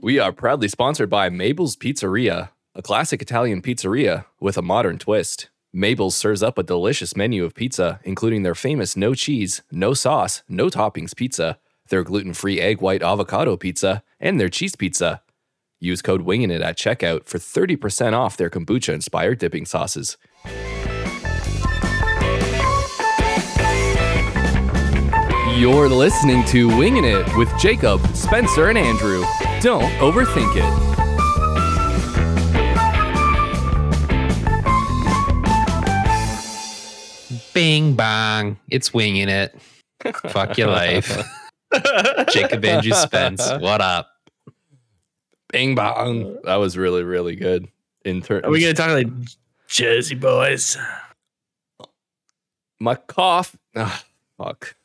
We are proudly sponsored by Mabel's Pizzeria, a classic Italian pizzeria with a modern twist. Mabel's serves up a delicious menu of pizza, including their famous no cheese, no sauce, no toppings pizza, their gluten free egg white avocado pizza, and their cheese pizza. Use code Wingin' It at checkout for 30% off their kombucha inspired dipping sauces. You're listening to Wingin' It with Jacob, Spencer, and Andrew. Don't overthink it. Bing bong. It's winging it. Fuck your life. Jacob Andrew Spence. What up? Bing bong. That was really, really good. In ter- Are we gonna talk like Jersey boys? my cough. Ugh, fuck.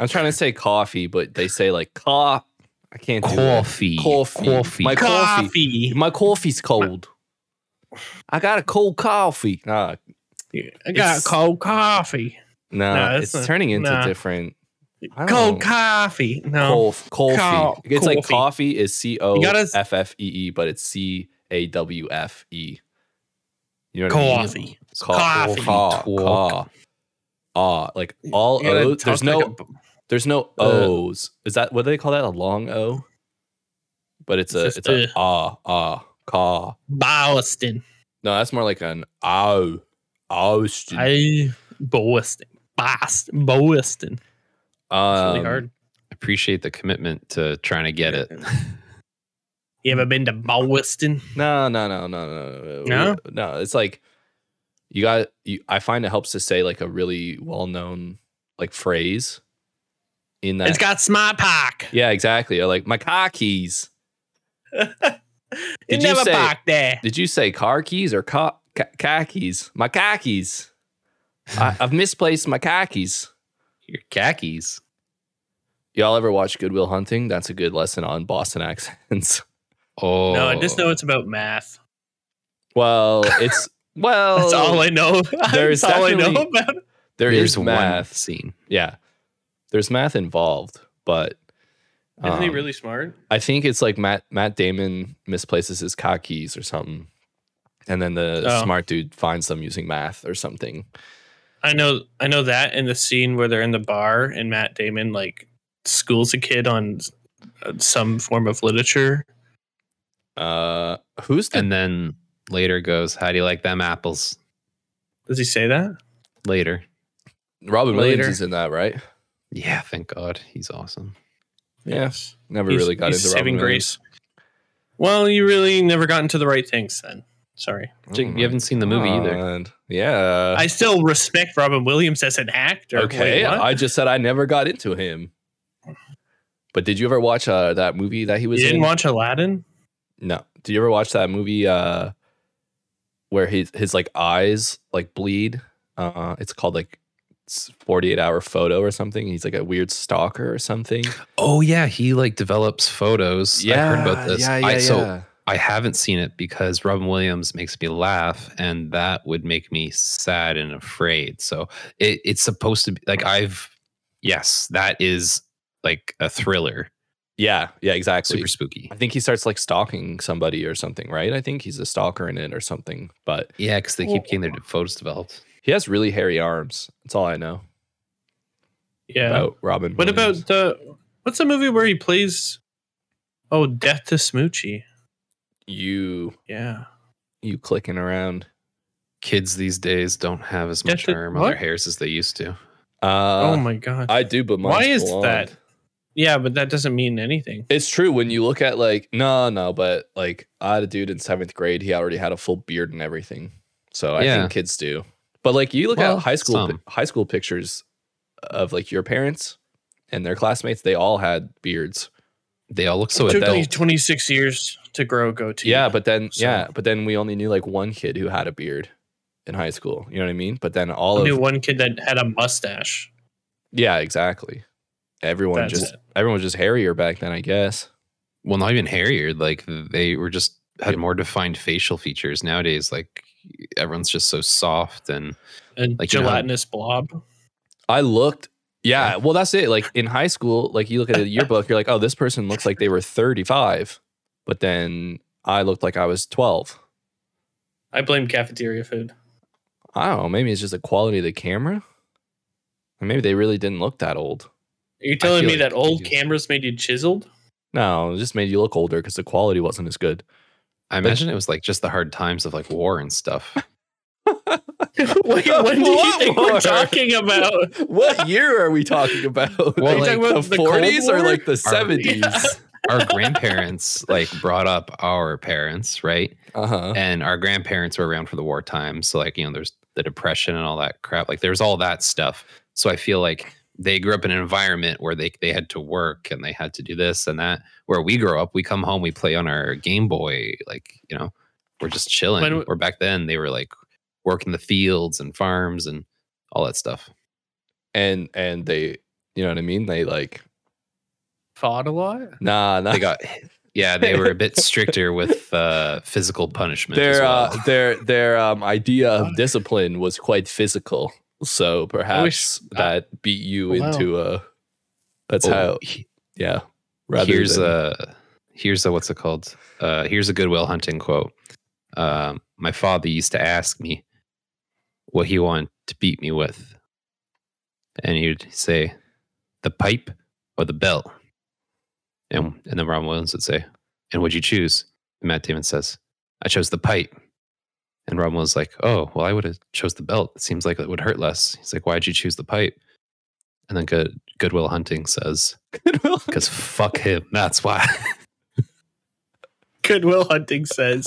I'm trying to say coffee, but they say like cough. I can't do it. Coffee. Coffee. Coffee. My coffee. Coffee. My coffee's cold. I got a cold coffee. Ah, Nah, I got It's- cold coffee. no, No, it's it's not- turning into nah. different. I don't Cold know. coffee. No. Cof- coffee. Co- it's like coffee. coffee is C O gotta s- F F E E, but it's C A W F E. You know what I mean? Coffee. Co- Coffee. ca- Talk. ca- Ah, like all You gotta O's. talk There's like no, a- there's no Uh, O's. Is that what do they call that? A long O? But it's, a, It's it's just a ah ah ca. Boston. No, that's more like an ow Austin. I Boston. Boston. Boston. It's really Um, hard. Appreciate the commitment to trying to get it. You ever been to Boston? No, no, no, no, no, no, No? We- no. It's like you got. You, I find it helps to say like a really well-known like phrase in that. It's got smart park. yeah, exactly. Or like my car keys. It Did you never say- parked there. Did you say car keys or ca- ca- car keys? My car keys. I, I've misplaced my car keys. Your khakis. Y'all ever watch Goodwill Hunting? That's a good lesson on Boston accents. Oh. No, I just know it's about math. Well, it's well. That's all I know. there's That's all I know definitely- about it. there There's is math. one scene. Yeah, there's math involved, but Isn't he um, really smart? I think it's like Matt Matt Damon misplaces his khakis or something, and then the Oh. smart dude finds them using math or something. I know I know that in the scene where they're in the bar and Matt Damon like schools a kid on uh, some form of literature. Uh, who's the And then later goes, How do you like them apples? Does he say that? Later. Robin Williams Later. is in that right? Yeah, thank God. He's awesome. Yes. Never really got into saving Robin Williams. grace. Well, you really never got into the right things then. Sorry. Jake, Oh you haven't seen the movie either. God. Yeah. I still respect Robin Williams as an actor. Uh. okay, Wait, what? I just said I never got into him. But did you ever watch uh, that movie that he you was didn't in? watch Aladdin? No. Did you ever watch that movie uh where his his like eyes like bleed? Uh it's called like s- 48 hour photo or something. He's like a weird stalker or something. Oh yeah, he like develops photos. I heard about this. Yeah, yeah, I, So yeah. I haven't seen it because Robin Williams makes me laugh, and that would make me sad and afraid. So it, it's supposed to be like I've, yes, that is like a thriller, yeah, yeah, exactly. super spooky. I think he starts like stalking somebody or something, right? I think he's a stalker in it or something, but Yeah, because they keep getting their photos developed. he has really hairy arms. That's all I know Yeah. about Robin. What about Williams. the what's the movie where he plays Oh, Death to Smoochie. you Yeah. you clicking around? Kids these days don't have as Yeah, much the- arm on their what? hairs as they used to. Uh, oh my god. I do, but Why mine's is blonde. that? yeah, but that doesn't mean anything. It's true when you look at like no, no, but like I had a dude in seventh grade. He already had a full beard and everything. So I Yeah. think kids do. But like you look Well, at high school some. high school pictures of like your parents and their classmates. They all had beards. They all look so took me adult. 26 years to grow a goatee. yeah, but then So- yeah, but then we only knew like one kid who had a beard in high school. You know what I mean? But then all I of knew one kid that had a mustache. yeah, exactly. Everyone That's just it. everyone was just hairier back then, I guess. Well, not even hairier. Like they were just had more defined facial features. Nowadays, like everyone's just so soft and A Like, you know how- gelatinous blob. I looked Yeah, well, that's it. Like in high school, like you look at a yearbook, you're like, oh, this person looks like they were 35, but then I looked like I was 12. I blame cafeteria food. I don't know. Maybe it's just the quality of the camera. Or maybe they really didn't look that old. Are you telling feel me like that old you- cameras made you chiseled? No, it just made you look older because the quality wasn't as good. I imagine it was like just the hard times of like war and stuff. Wait, what do you What think war? we're talking about? What year are we talking about? Well, Are you like, talking about the the Cold 40s or War? like the 70s? Our grandparents like brought up our parents, right? Uh huh. And our grandparents were around for the war time. So like, you know, there's the depression and all that crap. Like there's all that stuff. So I feel like they grew up in an environment where they they had to work and they had to do this and that. Where we grow up, we come home, we play on our Game Boy, like, you know, we're just chilling. When w- Where back then they were like working the fields and farms and all that stuff. And and they, you know what I mean? They like, Fought a lot. nah, nah. they got yeah they were a bit stricter with uh physical punishment as their well. uh, their their um, idea of discipline was quite physical. So perhaps I- that beat you Oh, Wow. into a. That's Oh, how, he- yeah. Rather here's than, a here's a what's it called uh here's a goodwill hunting quote um my father used to ask me what he wanted to beat me with and he'd say the pipe or the belt and and then ron williams would say and would you choose and matt damon says i chose the pipe and ron was like oh well i would have chose the belt it seems like it would hurt less he's like why'd you choose the pipe and then good goodwill hunting says because fuck him. That's why. Goodwill Hunting says.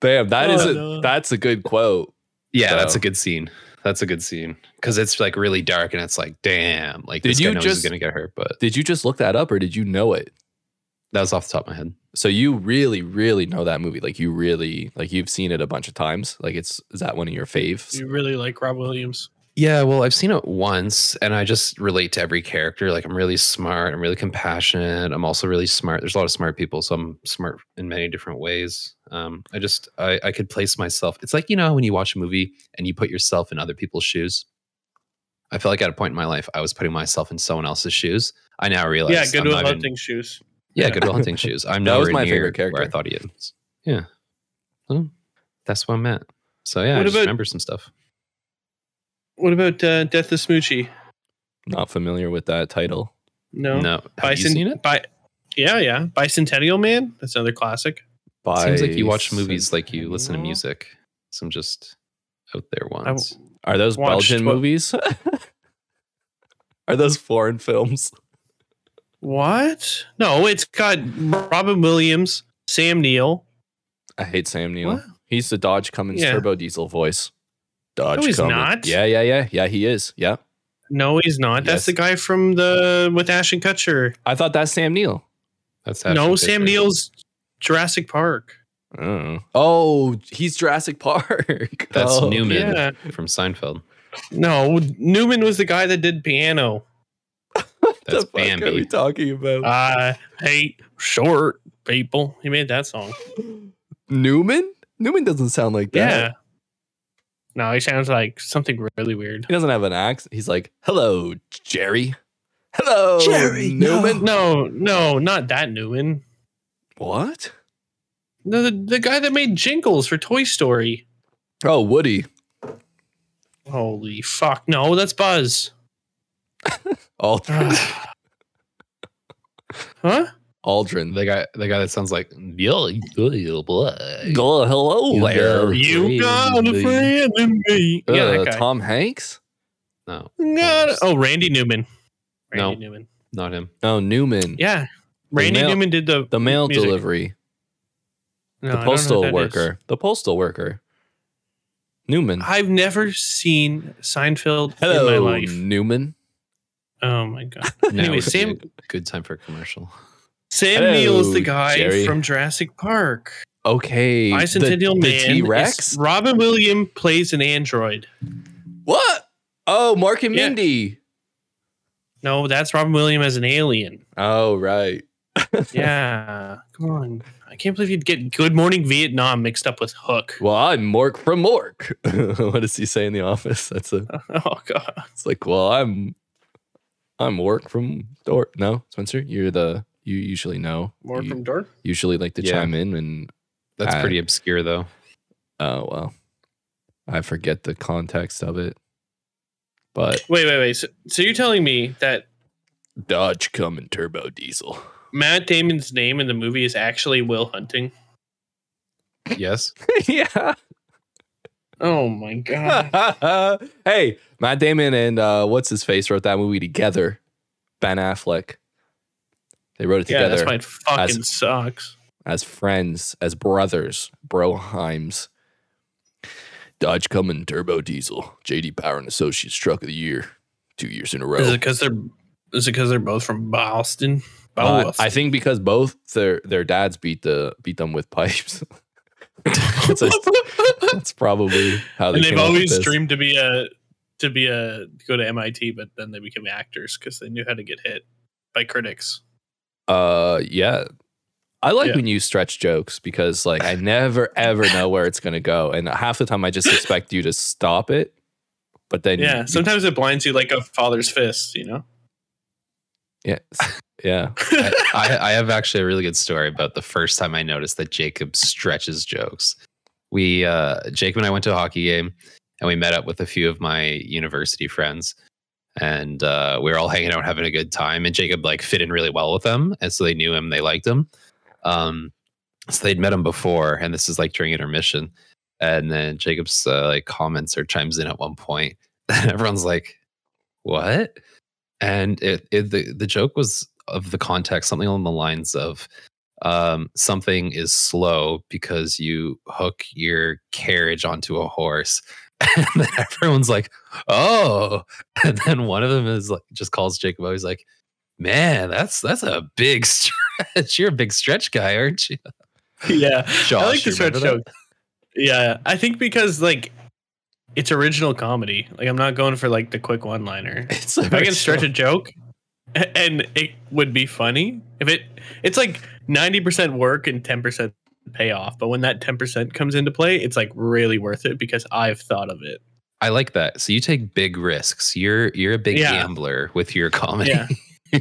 Damn, that Oh, is a, no. that's a good quote. Yeah, So- that's a good scene. That's a good scene because it's like really dark and it's like, damn, like Did this you guy knows just- he's gonna get hurt. But Did you just look that up or did you know it? that was off the top of my head. So you really, really know that movie. Like you really, like you've seen it a bunch of times. Like it's is that one of your faves? you really like Rob Williams. Yeah, well, I've seen it once and I just relate to every character. Like, I'm really smart. I'm really compassionate. I'm also really smart. There's a lot of smart people, so I'm smart in many different ways. Um, I just, I, I could place myself. It's like, you know, when you watch a movie and you put yourself in other people's shoes. I feel like at a point in my life, I was putting myself in someone else's shoes. I now realize. yeah, I'm Goodwill not even- Hunting shoes. Yeah, Yeah. Goodwill Hunting shoes. I'm That was nowhere my near favorite character. Where I thought he is. Yeah, Well, that's what I'm at. So yeah, I What just about- remember some stuff. What about uh, Death of Smoochie? Not familiar with that title. No. No, have you seen it? Bi- yeah, yeah. Bicentennial Man. That's another classic. By Seems like you watch movies like you listen to music. Some just out there ones. Are those Watched Belgian what- movies? Are those foreign films? What? No, it's got Robin Williams, Sam Neill. I hate Sam Neill. What? He's the Dodge Cummins Yeah. turbo diesel voice. Dodge he's Cummins. not. Yeah, yeah, yeah. Yeah, he is. Yeah. No, he's not. Yes. That's the guy from the with Ashton Kutcher. I thought that's Sam Neill. That's no, Ashton Sam Kutcher. Neill's Jurassic Park. I don't know. Oh, he's Jurassic Park. That's oh, Newman Yeah. from Seinfeld. No, Newman was the guy that did piano. That's what the fuck are we Bambi. talking about? I hate Uh, short people. He made that song. Uh, Newman? Newman doesn't sound like that. Yeah. No, he sounds like something really weird. He doesn't have an accent. He's like, hello, Jerry. Hello, Jerry, Newman. No, no, not that Newman. What? No, the, the guy that made jingles for Toy Story. Oh, Woody. Holy fuck. No, that's Buzz. Aldrin. huh? Aldrin. The guy, the guy that sounds like "Yo, yo, yo, boy." Oh, hello You there. got- You got a Crazy. friend in me. yeah, Uh, that guy. Tom Hanks? No, Got a- oh, Randy Newman. No. Randy Newman. not him. Oh, Newman. Yeah. Randy mail- Newman did the The mail music. delivery. No, I The don't know who postal that is. worker. The postal worker. Newman. I've never seen Seinfeld Hello, in my life. Newman. Oh my god. Now Anyway, would be Sam- a Good time for a commercial. Sam Hello, Neill is the guy Jerry. from Jurassic Park. Okay. the- Bicentennial the Man. T Rex? is- Robin Williams plays an android. What? Oh, Mark and Yeah. Mindy. No, that's Robin Williams as an alien. Oh, right. Yeah. Come on. I I can't believe you'd get Good Morning Vietnam mixed up with Hook. Well, I'm Mork from Mork. what does he say in the office? That's a. Oh god. It's like, well, I'm, I'm Mork from Dork. No, Spencer, you're the. You usually know. More you from Dork. usually like to Yeah. chime in and. That's I- pretty obscure though. Oh well, I forget the context of it. But Wait, wait, wait. So, so you're telling me that Dodge coming turbo diesel. Matt Damon's name in the movie is actually Will Hunting? Yes. yeah. Oh my god. hey, Matt Damon and uh, what's his face wrote that movie together. Ben Affleck. They wrote it yeah, together that's why it fucking sucks. as friends, as brothers, broheims. Dodge Cummins Turbo Diesel, JD Power and Associates Truck of the Year, two years in a row. Is it because they're is it because they're both from Boston? Uh, Boston. I think because both their their dads beat the beat them with pipes. that's, a- that's probably how they. and they've came up with always this. dreamed to be a to be a go to MIT, but then they became actors because they knew how to get hit by critics. Uh, yeah. I like Yeah. when you stretch jokes because like I never ever know where it's gonna go, and half the time I just expect you to stop it. But then, Yeah, you- sometimes it blinds you like a father's fist, you know. yeah, yeah. I, I, I have actually a really good story about the first time I noticed that Jacob stretches jokes. We uh, Jacob and I went to a hockey game and we met up with a few of my university friends and uh, we were all hanging out having a good time and Jacob like fit in really well with them and so they knew him they liked him. Um, so they'd met him before and this is like during intermission and then Jacob's uh, like comments or chimes in at one point and everyone's like, "What?" And it, it the the joke was of the context, something along the lines of um, something is slow because you hook your carriage onto a horse. And then everyone's like, oh. And then one of them is like, just calls Jacob. out. He's like, man, that's that's a big stretch. You're a big stretch guy, aren't you? yeah, I like Josh, the you stretch remember joke. Yeah, I think because like it's original comedy. Like I'm not going for like the quick one liner. It's If I can stretch a joke, a- and it would be funny if it. It's like ninety percent work and ten percent payoff. But when that ten percent comes into play, it's like really worth it because I've thought of it. I like that. So you take big risks. You're you're a big Yeah. gambler with your comedy. Yeah,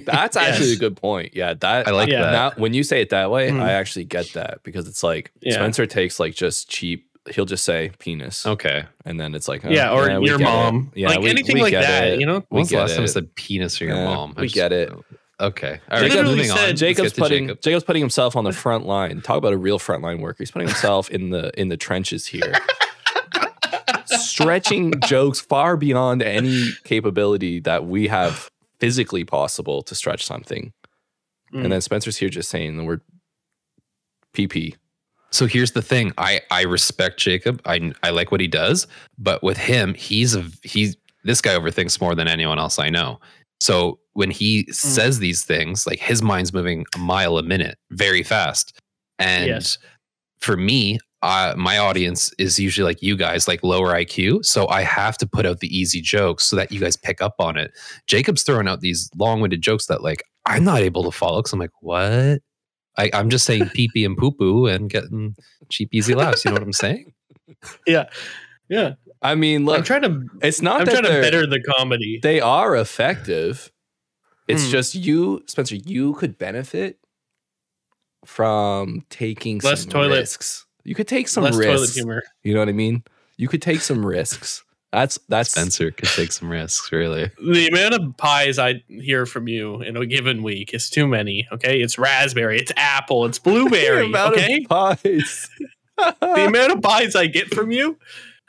That's actually Yes. a good point. Yeah, that I like Yeah. that. now when you say it that way, Mm. I actually get that because it's like Yeah. Spencer takes like just cheap. He'll just say penis, okay. and then it's like oh, yeah, or we your get it. mom, Yeah, like we- anything we like get that. it. You know, We When's the get last time it. I said penis or your Yeah, mom? I we get it. Okay. Jacob All right. literally Moving on. said- Let's get Jacob's to putting Jacob. Jacob's putting himself on the front line. Talk about a real front line worker. He's putting himself in the in the trenches here. Stretching jokes far beyond any capability that we have physically possible to stretch something. Mm. And then Spencer's here just saying the word PP. So here's the thing. I I respect Jacob. I I like what he does, but with him, he's a he's this guy overthinks more than anyone else I know. So when he says these things, like his mind's moving a mile a minute, very fast. And Yes. for me, uh, my audience is usually like you guys, like lower IQ. So I have to put out the easy jokes so that you guys pick up on it. Jacob's throwing out these long-winded jokes that like I'm not able to follow because I'm like, what? I, I'm just saying pee pee and poo poo and getting cheap, easy laughs. You know what I'm saying? yeah, I mean, I'm look, trying to. it's not I'm that trying to they're- better the comedy. they are effective. It's Hmm. just you, Spencer, you could benefit from taking Less some toilet- risks. You could take some Less toilet risks. humor. You know what I mean? You could take some risks. That's that's Spencer could take some risks, really. The amount of pies I hear from you in a given week is too many. Okay, it's raspberry, it's apple, it's the blueberry. amount okay, of pies. the amount of pies I get from you,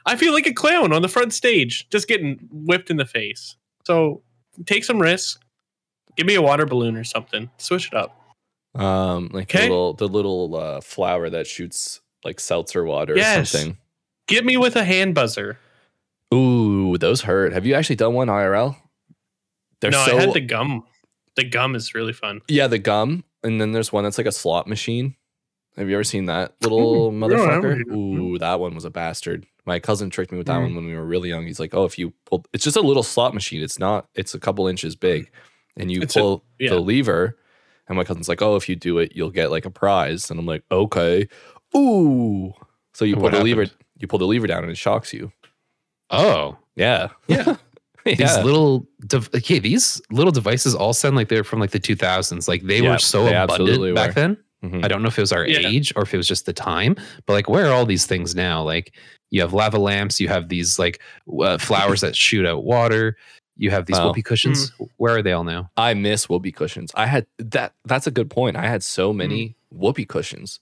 I feel like a clown on the front stage, just getting whipped in the face. So take some risks. Give me a water balloon or something. Switch it up. um, like the Okay. little the little uh, flower that shoots like seltzer water Yes. or something. Get me with a hand buzzer. Ooh, those hurt. Have you actually done one IRL? They're no, so I had the gum. The gum is really fun. yeah, the gum, and then there's one that's like a slot machine. Have you ever seen that little Mm, no, I motherfucker? haven't. Ooh, that one was a bastard. My cousin tricked me with that Mm. one when we were really young. He's like, "Oh, if you pull, it's just a little slot machine. It's not. It's a couple inches big, and you It's a- pull yeah. the lever, And my cousin's like, "Oh, if you do it, you'll get like a prize." And I'm like, "Okay." Ooh. So you And pull what the lever. happened? You pull the lever down, and it shocks you. Oh, Yeah. yeah. These Yeah. little, dev okay, these little devices all sound like they're from like the 2000s. Like they Yeah, were so they absolutely abundant back were. then. Mhm. I don't know if it was our Yeah. age or if it was just the time, but like, where are all these things now? Like, you have lava lamps, you have these like w- uh, flowers that shoot out water, you have these Wow. whoopee cushions. Where are they all now? I miss whoopee cushions. I had that. That's a good point. I had so Hmm. many whoopee cushions.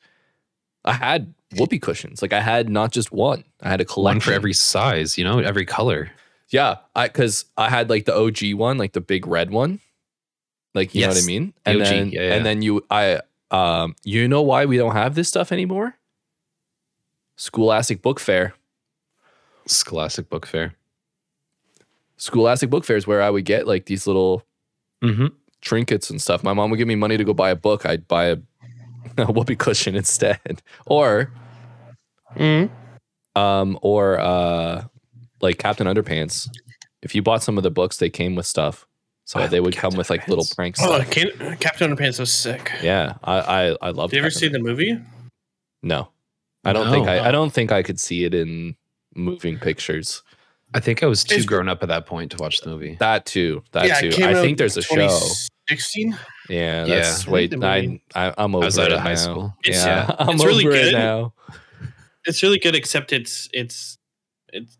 I had whoopee cushions. Like I had not just one. I had a collection One for every size, you know, every color. Yeah, I because I had like the OG one, like the big red one, like you know what I Yes, mean. the And OG, then yeah, yeah. and then you I um you know why we don't have this stuff anymore? Scholastic Book Fair. Scholastic Book Fair. Scholastic Book Fair is where I would get like these little Mm-hmm. trinkets and stuff. My mom would give me money to go buy a book. I'd buy a, a whoopee cushion instead, or Mm. um or uh like Captain Underpants. If you bought some of the books, they came with stuff. So I they love would come Captain with like little Underpants. prank stuff. Oh, Can- Captain Underpants was sick. Yeah, I I, I love. Did you ever Captain see the movie? No, I don't think No. I. I don't think I could see it in moving pictures. I think I was too It's- grown up at that point to watch the movie. That too. That Yeah, it too. came I out think there's a show. 2016. Yeah, Yeah. that's I way. think the I, movie- I I'm over I was out it of high now. school. It's- yeah, yeah, I'm it's over really it good. now. It's really good, except it's it's it's.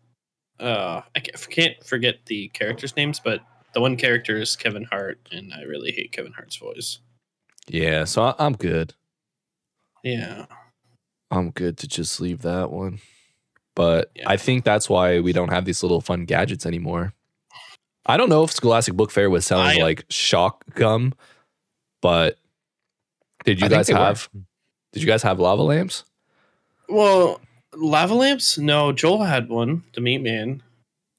Uh, I ca- can't forget the characters' names, but the one character is Kevin Hart, and I really hate Kevin Hart's voice. Yeah, so I, I'm good. Yeah, I'm good to just leave that one. But Yeah. I think that's why we don't have these little fun gadgets anymore. I don't know if Scholastic Book Fair was selling I- like shock gum, but did you I think guys they were. have? Did you guys have lava lamps? Well, lava lamps? No, Joel had one, the meat man,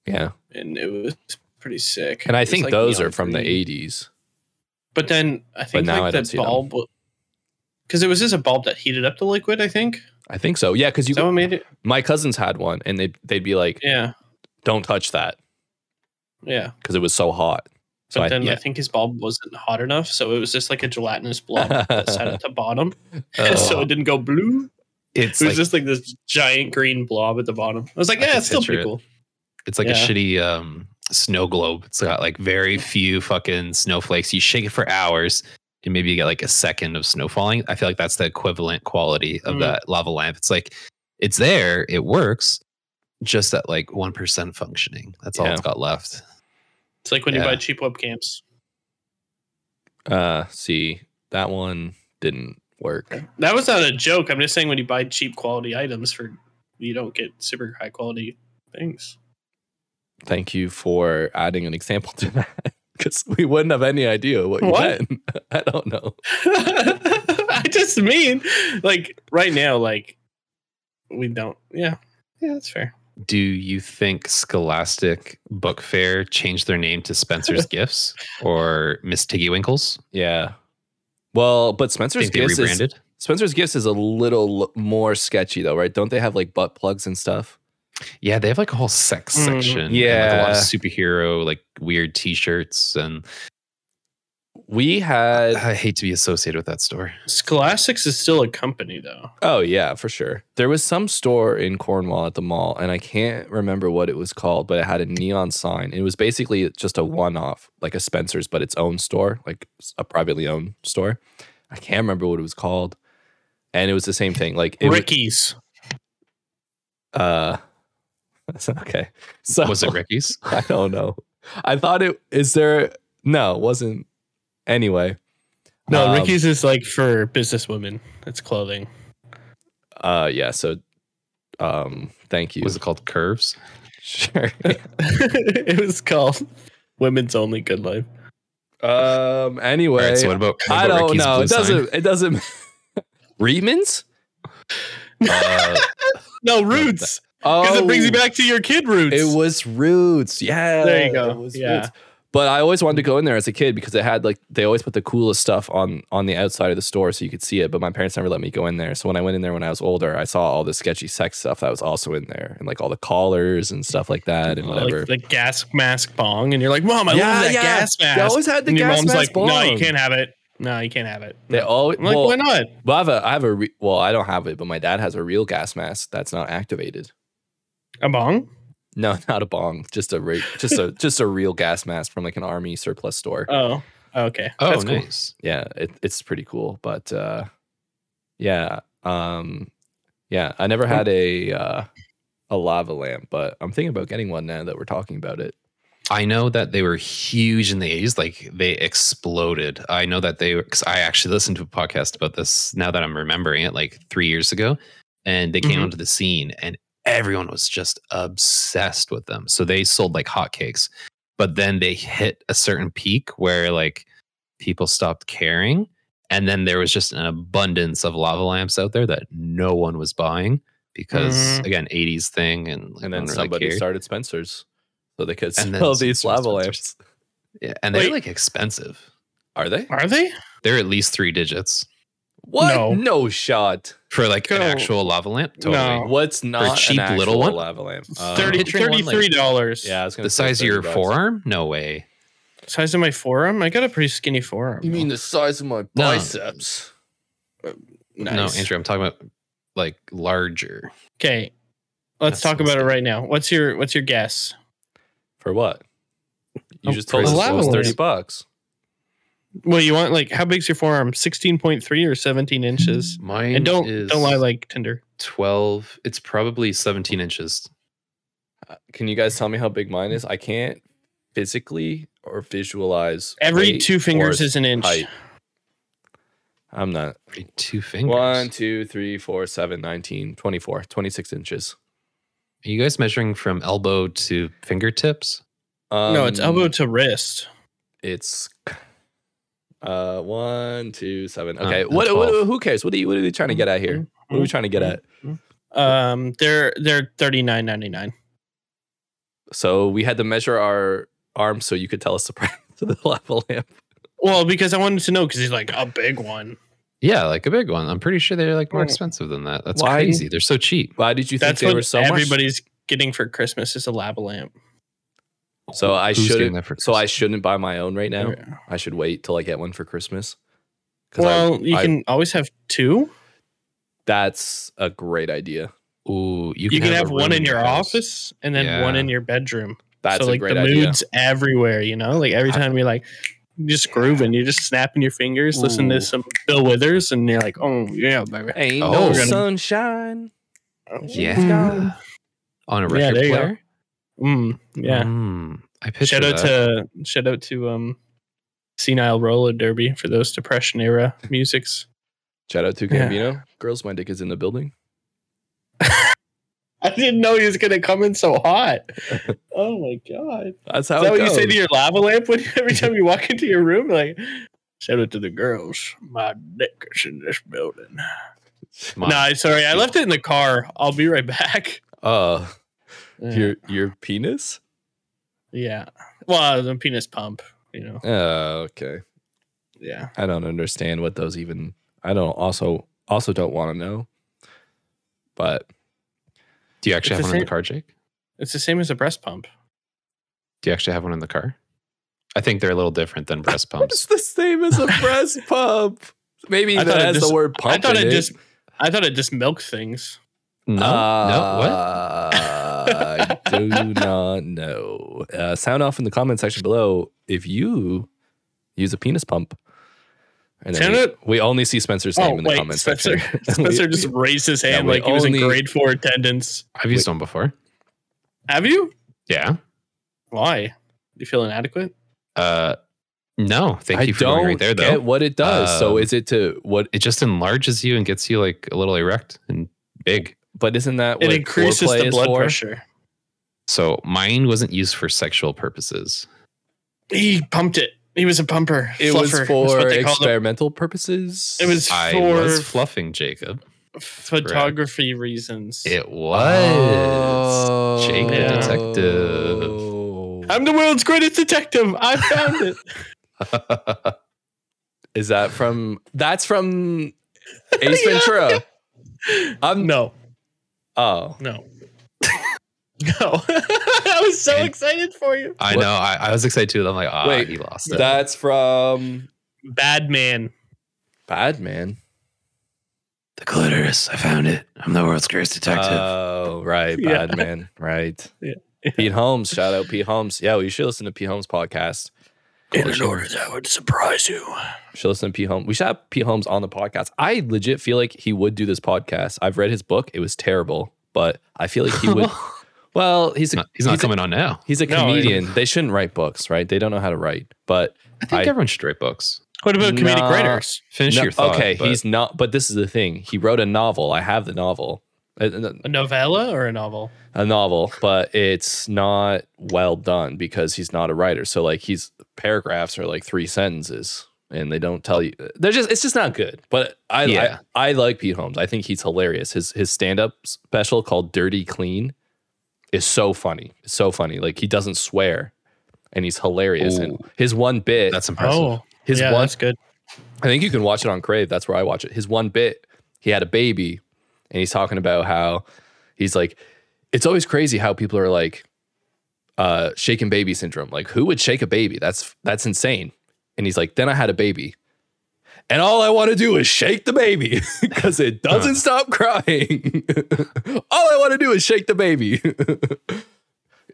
Yeah. and it was pretty sick. And I It's think like those neon are from the green. 80s. But then I think now I like don't the see them. bulb, because it was just a bulb that heated up the liquid. I think I think so. Yeah, because you someone made it. my cousins had one and they'd they'd be like, Yeah, Don't touch that yeah. because it was so hot. So But I, then yeah. I think his bulb wasn't hot enough, so it was just like a gelatinous blob that sat at the bottom, uh, and so it didn't go blue. Oh. It's it was like, just like this giant green blob at the bottom. I was like, I yeah, can it's still picture pretty it. cool. it's like a yeah. shitty um, snow globe. It's got like very few fucking snowflakes. You shake it for hours and maybe you get like a second of snow falling. I feel like that's the equivalent quality of Mm. that lava lamp. It's like it's there, it works, just at like one percent functioning. That's all Yeah. it's got left. It's like when you Yeah. buy cheap webcams. uh, see, that one didn't work. That was not a joke. I'm just saying when you buy cheap quality items for, you don't get super high quality things. Thank you for adding an example to that. Because we wouldn't have any idea what you What? meant. I don't know. I just mean, like right now, like we don't. Yeah, yeah, that's fair. Do you think Scholastic Book Fair changed their name to Spencer's Gifts or Miss Tiggy Winkles? Yeah. Well, but Spencer's Think they Gifts is, rebranded? Spencer's Gifts is a little l- more sketchy though, right? Don't they have like butt plugs and stuff? Yeah, they have like a whole sex Mm. section. and, like, a lot of Yeah. superhero, like weird t shirts. And We had I hate to be associated with that store. Scholastics is still a company, though. Oh yeah, for sure. There was some store in Cornwall at the mall, and I can't remember what it was called, but it had a neon sign. It was basically just a one-off, like a Spencer's, but its own store, like s- a privately owned store. I can't remember what it was called, and it was the same thing. Like it was- Ricky's. uh, that's- okay. So Was it Ricky's? I don't know. I thought it is there. No, it wasn't. Anyway, No, Um, Ricky's is like for businesswomen. It's clothing. Uh, yeah. So, um, thank you. Was it called Curves? sure. it was called Women's Only Good Life. um. All Anyway. right, so what about, what I about don't Ricky's know. blue It doesn't. It doesn't. Riemann's? sign? No, Roots. Because it brings you back to your kid roots. Oh, It was Roots. Yeah. There you go. it was Yeah. Roots. But I always wanted to go in there as a kid because it had like they always put the coolest stuff on on the outside of the store so you could see it. But my parents never let me go in there. So when I went in there when I was older, I saw all the sketchy sex stuff that was also in there and like all the collars and stuff like that and Oh, whatever. Like the gas mask bong, and you're like, Mom, I love that gas mask. They always had the and your gas mom's mask like, No, you bong. can't have it. No, you can't have it. They No. all I'm like, well, why not? well, I have a I have a re- well, I don't have it, but my dad has a real gas mask that's not activated. A bong? No, not a bong, just a re- just a just a real gas mask from like an army surplus store. Uh. Oh, okay. Oh, That's cool. nice. yeah, it, it's pretty cool. But uh, yeah, um, yeah, I never had a uh, a lava lamp, but I'm thinking about getting one now that we're talking about it. I know that they were huge in the 80s. Like they exploded. I know that they were, because I actually listened to a podcast about this now that I'm remembering it, like three years ago. And they came Mm-hmm. Mhm. onto the scene and everyone was just obsessed with them. So they sold like hotcakes. But then they hit a certain peak where like people stopped caring. And then there was just an abundance of lava lamps out there that no one was buying because, Mhm. again, 80s thing. And, like, Mm-hmm. And no then one really somebody cared. started Spencer's, so they could And then sell these Spencer's lava Spencer's. lamps. Yeah, and they're Wait. like expensive. Are they? Are they? They're at least three digits What? No. no shot. for like an Go. actual lava lamp. Totally. Oh, No. What's not cheap an little actual one? lava lamp? Um, 30, picture one, like- $33. yeah, I was gonna The say size of your 30 bucks. forearm? No way. Size of my forearm? I got a pretty skinny forearm. You mean the size of my No. biceps? No, Andrew, I'm talking about like larger. Okay. That's Let's talk about it insane. right now. What's your what's your guess? For what? You Oh, just for told us the it lava was thirty lamp. bucks. Well, you want like how big's your forearm? 16.3 or 17 inches? Mine And don't is don't lie like Tinder. 12. It's probably 17 inches. Uh, Can you guys tell me how big mine is? I can't physically or visualize Every weight two fingers or is an inch. height. I'm not. Probably Two fingers. One, two, three, four, seven, 19, 24, 26 inches. Are you guys measuring from elbow to fingertips? Um, no, it's elbow to wrist. It's uh, one, two, seven. Oh, Okay. and what, what- 12. Who cares? What are you? What are we trying to get at here? What are we trying to get at? Um they're they're 39.99. So we had to measure our arms so you could tell us the price of the lava lamp. Well, because I wanted to know cuz he's like a big one. Yeah, like a big one. I'm pretty sure they're like more Oh. expensive than that. That's Why? crazy. They're so cheap. Why did you think That's they what were so much? everybody's getting for Christmas is a lava lamp. So I Who's doing shouldn't- that for So I Christmas? shouldn't buy my own right now. Yeah. I should wait till I get one for Christmas. 'Cause I- Well, you I- can always have two. That's a great idea. Ooh, you You can, can have, one room in your house. office and then one Yeah. in your bedroom. That's so a like great the idea. moods everywhere, you know? Like every I- time you're like you're just grooving, you're just snapping your fingers, listening Ooh. to some Bill Withers, and you're like, oh yeah, baby. Ain't Oh. no We're gonna- sunshine. Yeah. On a Yeah, record there you go. player? Mm, yeah. Mm, I picture shout out that. to shout out to um Senile Roller Derby for those depression era musics. Shout out to Yeah. Gambino. Girls, my dick is in the building. I didn't know he was gonna come in so hot. oh my god. That's how Is that it what you say to goes. your lava lamp when, every time you walk into your room? Like, shout out to the girls. My dick is in this building. Come on. Nah, sorry, I left it in the car. I'll be right back. Uh, your your penis? yeah. Well, the penis pump, you know. Oh, okay. Yeah. I don't understand what those even. I don't also also don't want to know. But Do you actually have It's the one in the same- car, Jake? It's the same as a breast pump. Do you actually have one in the car? I think they're a little different than it's breast pumps. the same as a breast pump. Maybe I that thought it has just- the word pump. eh? I thought in it just I thought it just milked things. No, Uh, I do not know. Uh, sound off in the comment section below if you use a penis pump. And then Sound we, it- we only see Spencer's name oh in the wait, comment Spencer. section. Spencer We- just raised his hand we like he was only- in grade four attendance. I've used one before. Have you? Yeah. Why? You feel inadequate? Uh, no, thank I you for don't going right there, though. get what it does. so Um, is it to what? It just enlarges you and gets you like a little erect and big. But isn't that what it increases foreplay the is blood for? pressure. So mine wasn't used for sexual purposes. He pumped it. He was a pumper. It fluffer. was That's for what they call them. experimental purposes. It was I for was fluffing Jacob. photography reasons. It was. was Jake the Detective. I'm the world's greatest detective. I found it. Is that from? That's from Ace Yeah. Ventura. I'm no, oh. no, no. I was so And- excited for you. I What- know. I, I was excited too. I'm like, ah, Wait, he lost it. That's from Bad man. Bad man. The clitoris. I found it. I'm the world's greatest detective. Oh, right. Yeah. Bad man. Right. Yeah. Yeah. Pete Holmes. Shout out Pete Holmes. Yeah, well, you should listen to Pete Holmes podcast. In an order that would surprise you. You should listen to Pete Holmes. We should have Pete Holmes on the podcast. I legit feel like he would do this podcast. I've read his book. It was terrible, but I feel like he would. well, he's he's a not, he's not he's a- coming on now. He's a No, I- comedian. they shouldn't write books, right? They don't know how to write. But I think I- everyone should write books. What about comedic Nah. writers? Finish No, your thought. okay, but- he's not. But this is the thing. He wrote a novel. I have the novel, a, A novella or a novel? a novel, but it's not well done because he's not a writer. So like, he's paragraphs are like three sentences, and they don't tell you. They're just. It's just not good. But I Yeah. I, I like Pete Holmes. I think he's hilarious. His his stand up special called Dirty Clean is so funny. It's so funny. Like he doesn't swear. And he's hilarious. And Ooh. his one bit, that's impressive. Oh, his yeah, one that's good. I think you can watch it on Crave. That's where I watch it. His one bit, he had a baby, and he's talking about how he's like, it's always crazy how people are like, uh, shaking baby syndrome. Like, who would shake a baby? That's that's insane. And he's like, then I had a baby, and all I want to do is shake the baby because it doesn't stop crying. all I want to do is shake the baby.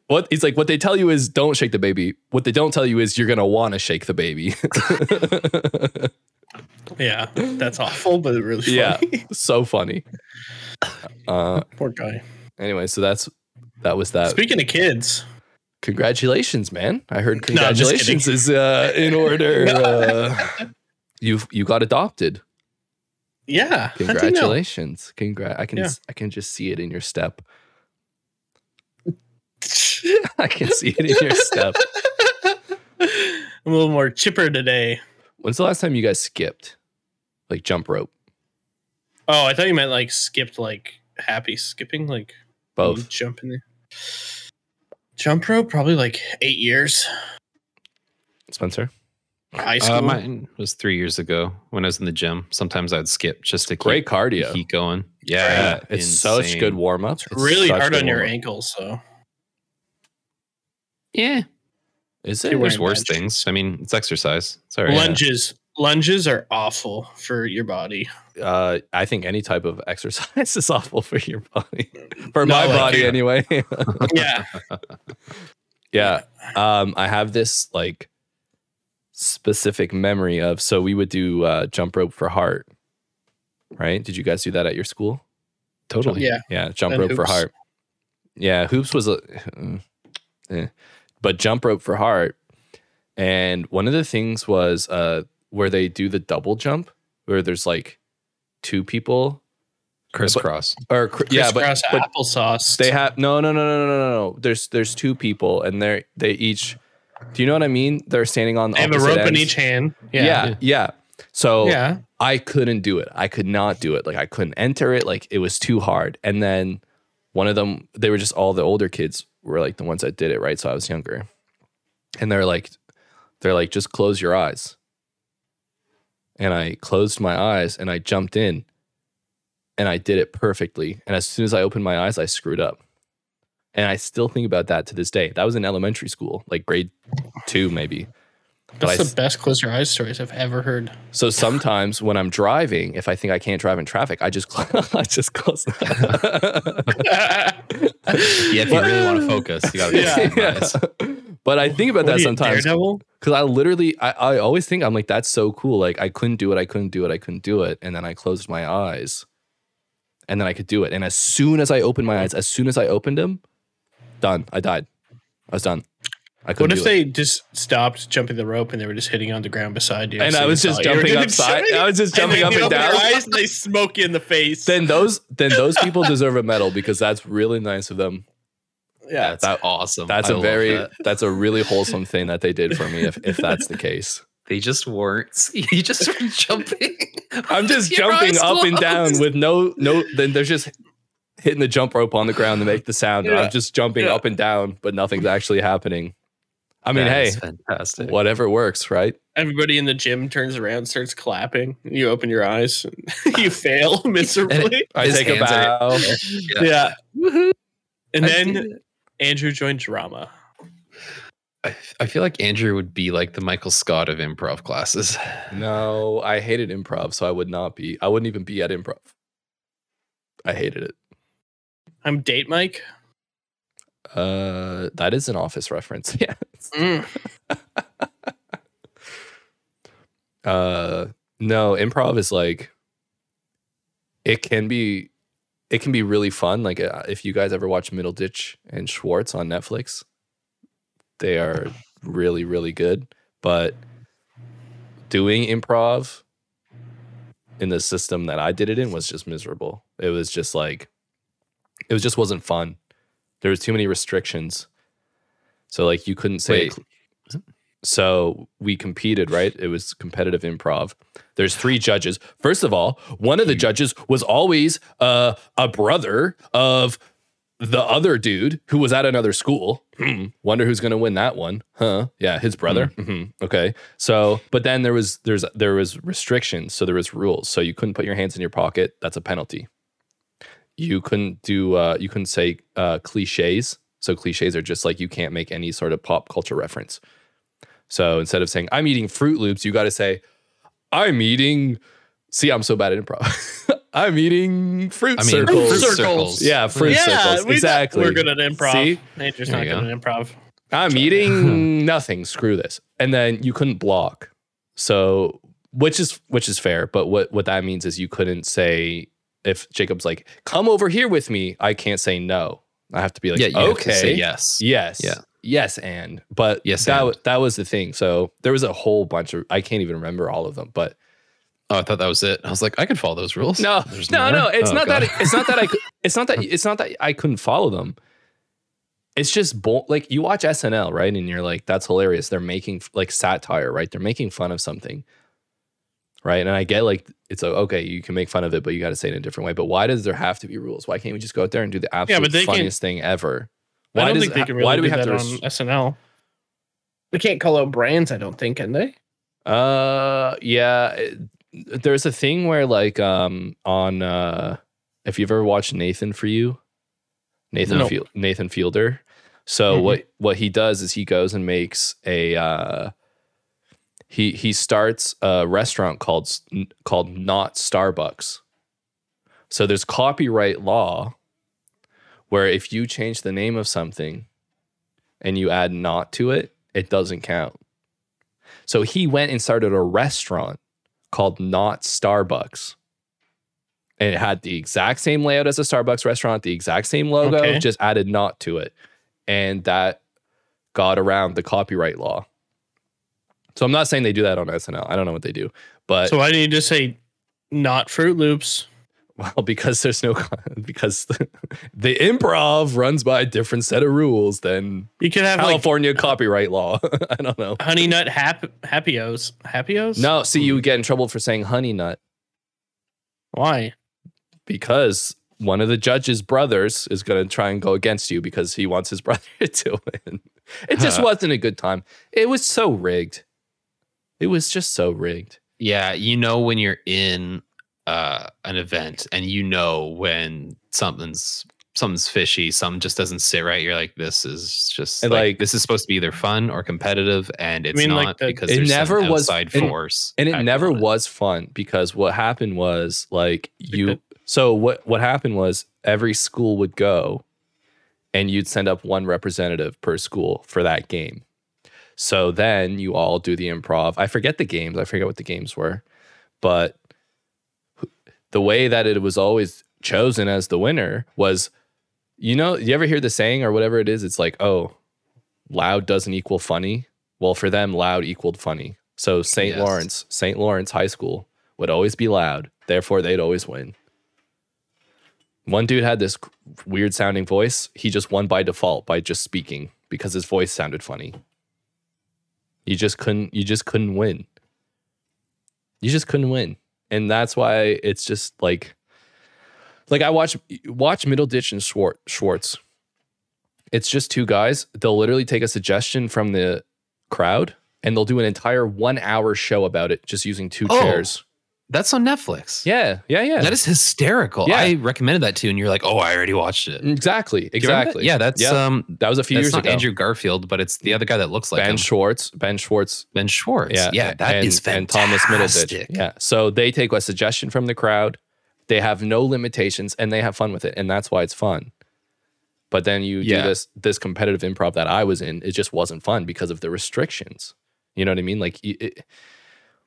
What he's like, what they tell you is don't shake the baby. What they don't tell you is you're gonna want to shake the baby. Yeah, that's awful, but it really Yeah. funny. so funny. Uh, Poor guy. anyway, so that's that was that. Speaking of kids, congratulations, man! I heard No, I'm just kidding. congratulations is uh, in order. No. Uh, you you got adopted. yeah. how'd you know? Congratulations, Congra- I can Yeah. s- I can just see it in your step. I can see it in your step. I'm a little more chipper today. When's the last time you guys skipped, like jump rope? Oh, I thought you meant like skipped, like happy skipping, like you Both. jump in there. Jump rope, probably like eight years. Mm-hmm. Spencer, High school. Uh, mine was three years ago when I was in the gym. Sometimes I'd skip just to great keep the cardio. heat going. Yeah, Yeah, it's such insane. good warm up. it's really hard on your ankles, so Yeah, Is it? You're there's wearing worse benches. things. I mean, it's exercise. Oh, Sorry. lunges. Lunges are awful for your body. uh, I think any type of exercise is awful for your body, for No, my like- body anyway. yeah. yeah, um, I have this like specific memory of so we would do uh, jump rope for heart, right? Did you guys do that at your school? Totally. Yeah. Yeah, jump And rope for hoops. heart. Yeah, hoops was a, mm, eh. but jump rope for heart. And one of the things was uh, where they do the double jump, where there's like two people Crisscross. or cr- yeah, but Crisscross but applesauce. They have no, no, no, no, no, no, no. There's there's two people, and they're they each. Do you know what I mean? They're standing on. They have a opposite rope in ends. each hand. Yeah, Yeah. yeah. So Yeah. I couldn't do it. I could not do it. Like I couldn't enter it. Like it was too hard. And then one of them, they were just all the older kids were like the ones that did it, right? So I was younger, and they're like, they're like, just close your eyes. And I closed my eyes and I jumped in, and I did it perfectly. And as soon as I opened my eyes, I screwed up. And I still think about that to this day. That was in elementary school, like grade two, maybe. That's I- the best close your eyes stories I've ever heard. So sometimes when I'm driving, if I think I can't drive in traffic, I just cl- I just close. Yeah, if you really want to focus, you got to Yeah. yeah. But I think about What are that you, sometimes Daredevil? because I literally I, I always think I'm like that's so cool. Like I couldn't do it, I couldn't do it, I couldn't do it, and then I closed my eyes, and then I could do it. And as soon as I opened my eyes, as soon as I opened them, done. I died. I was done. I couldn't. What if do it. they just stopped jumping the rope and they were just hitting on the ground beside you? And so I you was thought just you were jumping doing upside. something? I was just jumping then up and you open down. your eyes and they smoke you in the face. Then those then those people deserve a medal because that's really nice of them. yeah. That's awesome. That's a a very that's a really wholesome thing that they did for me if if that's the case. They just weren't. You just were jumping. I'm just Your jumping eyes up and down closed. with no no then they're just hitting the jump rope on the ground to make the sound and Yeah. I'm just jumping Yeah. up and down but nothing's actually happening. I mean, That hey, is fantastic. whatever works, right? Everybody in the gym turns around, starts clapping. You open your eyes. you fail miserably. I His take a hands are- bow. Yeah. yeah. Woohoo. And I then did it. Andrew joined drama. I, I feel like Andrew would be like the Michael Scott of improv classes. No, I hated improv, so I would not be. I wouldn't even be at improv. I hated it. I'm date Mike. Uh, that is an office reference. Yeah. Mm. Uh, no, improv is like it can be it can be really fun. Like uh, if you guys ever watch Middle Ditch and Schwartz on Netflix, they are really really good. But doing improv in the system that I did it in was just miserable. It was just like it was just wasn't fun. There was too many restrictions. So like you couldn't say Wait. so we competed, right? It was competitive improv. There's three judges. First of all, one of the judges was always uh, a brother of the other dude who was at another school. Hmm. Wonder who's going to win that one, huh? Yeah, his brother. Mhm. Okay, so but then there was there's there was restrictions. So there was rules. So you couldn't put your hands in your pocket. That's a penalty. You couldn't do. Uh, you couldn't say uh, cliches. So cliches are just like you can't make any sort of pop culture reference. So instead of saying I'm eating Fruit Loops, you got to say I'm eating. See, I'm so bad at improv. I'm eating fruit I mean, circles. fruit Circles. circles. Yeah, fruit circles. we- exactly. We're good at improv. See? Nature's There not you good at improv. I'm eating nothing. Screw this. And then you couldn't block. So which is which is fair, but what what that means is you couldn't say if Jacob's like, "Come over here with me," I can't say no. I have to be like, yeah, you have "Okay, to say yes. yes, Yeah. yes," and but Yes, that and. wa- that was the thing. So there was a whole bunch of I can't even remember all of them, but Oh, I thought that was it. I was like, I could follow those rules. No, There's no, more? no. It's Oh, not God. that. It's not that I. cou- It's not that. It's not that I couldn't follow them. It's just bo- like you watch SNL, right? And you're like, that's hilarious. They're making f- like satire, right? They're making fun of something, right? And I get like it's a, okay, you can make fun of it, but you got to say it in a different way. But why does there have to be rules? Why can't we just go out there and do the absolute but they can- funniest thing ever? I Why don't does think they can really why do we do have that to? on res- SNL? They can't call out brands, I don't think, can they? Uh, yeah. it- There's a thing where like um on uh if you've ever watched Nathan for you, Nathan No. Fiel- Nathan Fielder. So Mhm. what what he does is he goes and makes a uh he he starts a restaurant called s- n- called Not Starbucks. So there's copyright law where if you change the name of something and you add not to it, it doesn't count. So he went and started a restaurant called Not Starbucks. And it had the exact same layout as a Starbucks restaurant, the exact same logo, Okay. just added not to it. And that got around the copyright law. So I'm not saying they do that on SNL. I don't know what they do, but so I need to say not Fruit Loops. well, because there's no because the, the improv runs by a different set of rules than You could have California copyright law. I don't know. like honey nut hap- happios. Happios? No, see, you would get in trouble for saying honey nut Why? because one of the judge's brothers is going to try and go against you because he wants his brother to win. It just Huh. wasn't a good time. It was so rigged. It was just so rigged. Yeah, you know when you're in uh, an event and you know when something's something's fishy, something just doesn't sit right. You're like, this is just And, like, like- this is supposed to be either fun or competitive, and it's mean, like, not the- because It there's never some was- outside and- force, and it acting never on was fun because what happened was like you that- so what what happened was every school would go and you'd send up one representative per school for that game so then you all do the improv i forget the games i forget what the games were but the way that it was always chosen as the winner was you know you ever hear the saying or whatever it is it's like oh loud doesn't equal funny well for them loud equaled funny so st Yes. lawrence st lawrence high school would always be loud therefore they'd always win one dude had this weird sounding voice he just won by default by just speaking because his voice sounded funny you just couldn't you just couldn't win you just couldn't win and that's why it's just like like i watch watch middle ditch and Schwar- schwartz it's just two guys they'll literally take a suggestion from the crowd and they'll do an entire one hour show about it just using two Oh. chairs That's on Netflix. Yeah, yeah, yeah. That is hysterical. Yeah. Mm. I recommended that to you, and you're like, oh, I already watched it. exactly, Do you remember exactly. that? Yeah, that's Yeah. um that was a few that's years not ago. Mm. Andrew Garfield, but it's the other guy that looks like ben him. Schwartz, Ben Schwartz, ben Schwartz. yeah, yeah that is fantastic. Yeah, so they take a suggestion from the crowd. They have no limitations and they have fun with it, and that's why it's fun. But then you Yeah. do this this competitive improv that I was in. It just wasn't fun because of the restrictions. You know what I mean? Like, y- it,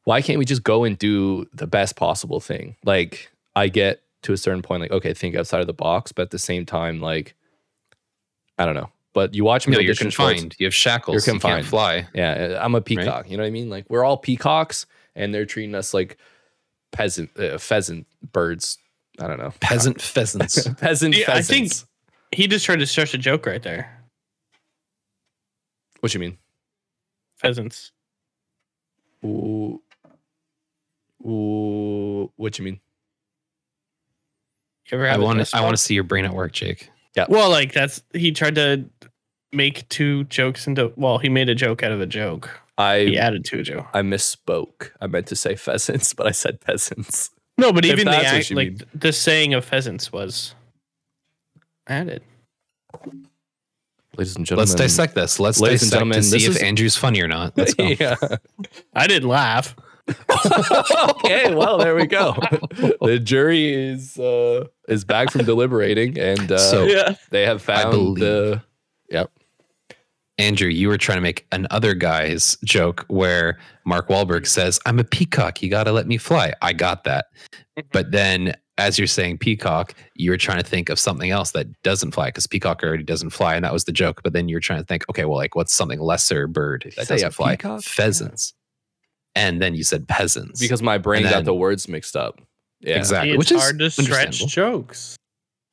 why can't we just go and do the best possible thing? Like, I get to a certain point, like, okay, think outside of the box, but at the same time, like, I don't know. But you watch me No, you're audition Schwartz- confined. You have shackles. You're You confined. can't fly. yeah, uh, I'm a peacock. You know what I mean? Like we're all peacocks, and they're treating us like peasant, uh, pheasant birds. I don't know, Peasant pheasants. peasant Yeah, I pheasants. think- He just tried to stretch a joke right there. What you mean? Pheasants. Ooh, ooh, what you mean? You ever I have a want test to. I want box? to see your brain at work, Jake. Well, like that's he tried to make two jokes into. Well, he made a joke out of a joke. I He added to a joke. I misspoke. I meant to say pheasants, but I said peasants. No, but If even the that's what act, you like mean. the saying of pheasants was added. Ladies and gentlemen, Let's dissect this. Let's Ladies and dissect gentlemen, to see this if is- Andrew's funny or not. Let's go. yeah. I didn't laugh. okay, well there we go. the jury is uh, is back from deliberating, and uh, So- yeah. they have I found the. Andrew, you were trying to make another guy's joke where Mark Mm-hmm. Wahlberg says, I'm a peacock. You got to let me fly. I got that. Mm-hmm. But then as you're saying peacock, you were trying to think of something else that doesn't fly because peacock already doesn't fly. And that was the joke. But then you're trying to think, okay, well, like what's something lesser bird I that say a doesn't fly? peacock? Pheasants. And then you said peasants. because my brain got then- the words mixed up. Yeah. exactly. It's Which is hard to stretch understandable. jokes.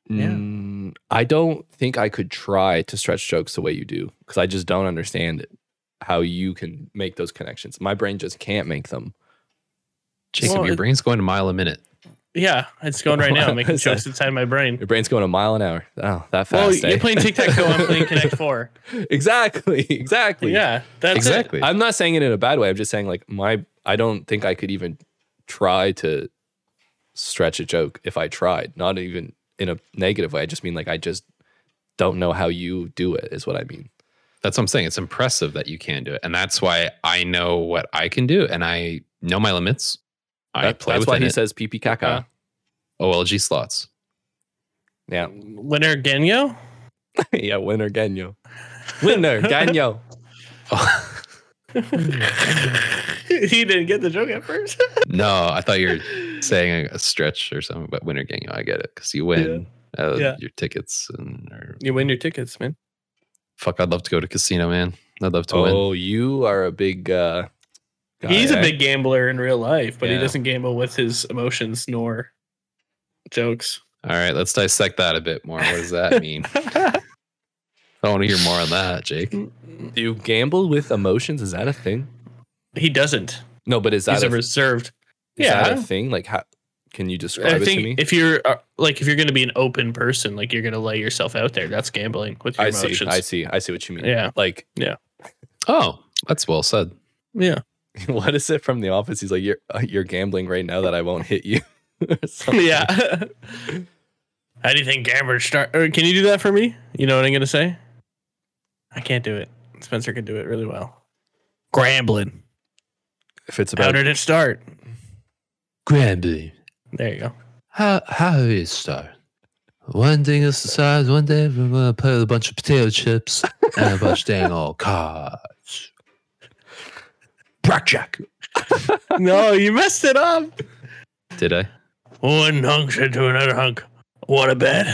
Yeah. Mm, I don't think I could try to stretch jokes the way you do because I just don't understand how you can make those connections. My brain just can't make them. Jacob, Well, your it- brain's going a mile a minute. Yeah, it's going right now. I'm making Is that- jokes inside my brain. Your brain's going a mile an hour. Oh, that fast. Well, you're eh? playing tic tac toe. I'm playing Connect Four. exactly. Exactly. Yeah, that's exactly. I'm not saying it in a bad way. I'm just saying like my I don't think I could even try to stretch a joke if I tried. Not even in a negative way. I just mean like I just don't know how you do it is what I mean. That's what I'm saying. It's impressive that you can do it, and that's why I know what I can do, and I know my limits. I That- play that's why within he it. says pee pee caca. Uh, OLG slots. yeah. it. Winner Genyo. yeah, winner Ganyo. Winner Ganyo. he didn't get the joke at first. no, I thought you were saying a, a stretch or something, but winner gang, I get it because you win Uh, Yeah. your tickets and or, You win your tickets, man. fuck. I'd love to go to casino, man. I'd love to win. Oh, you are a big uh guy, He's eh? a big gambler in real life, but Yeah. he doesn't gamble with his emotions nor jokes. All right, let's dissect that a bit more. What does that mean? I want to hear more on Mm. that, Jake. Do you gamble with emotions? Is that a thing? he doesn't. No, but is that He's a, a reserved. is that a yeah. thing? Like how can you describe I it to think me? if you're uh, like if you're going to be an open person, like you're going to lay yourself out there, that's gambling with your I see. emotions. I see. I see what you mean. Yeah. Like, Oh, that's well said. Yeah. what is it from The Office? He's like, "You're uh, you're gambling right now that I won't hit you." or something. yeah. How do you think gamblers start? Or can you do that for me? You know what I'm going to say? I can't do it. Spencer can do it really well. Grambling. If it's How about did it start? Granby. There you go. How how did it start? One thing is the size, one day we're gonna play with a bunch of potato chips and a bunch of dang old cards. Blackjack. no, you messed it up. Did I? One hunk said to another hunk, "What a bet!"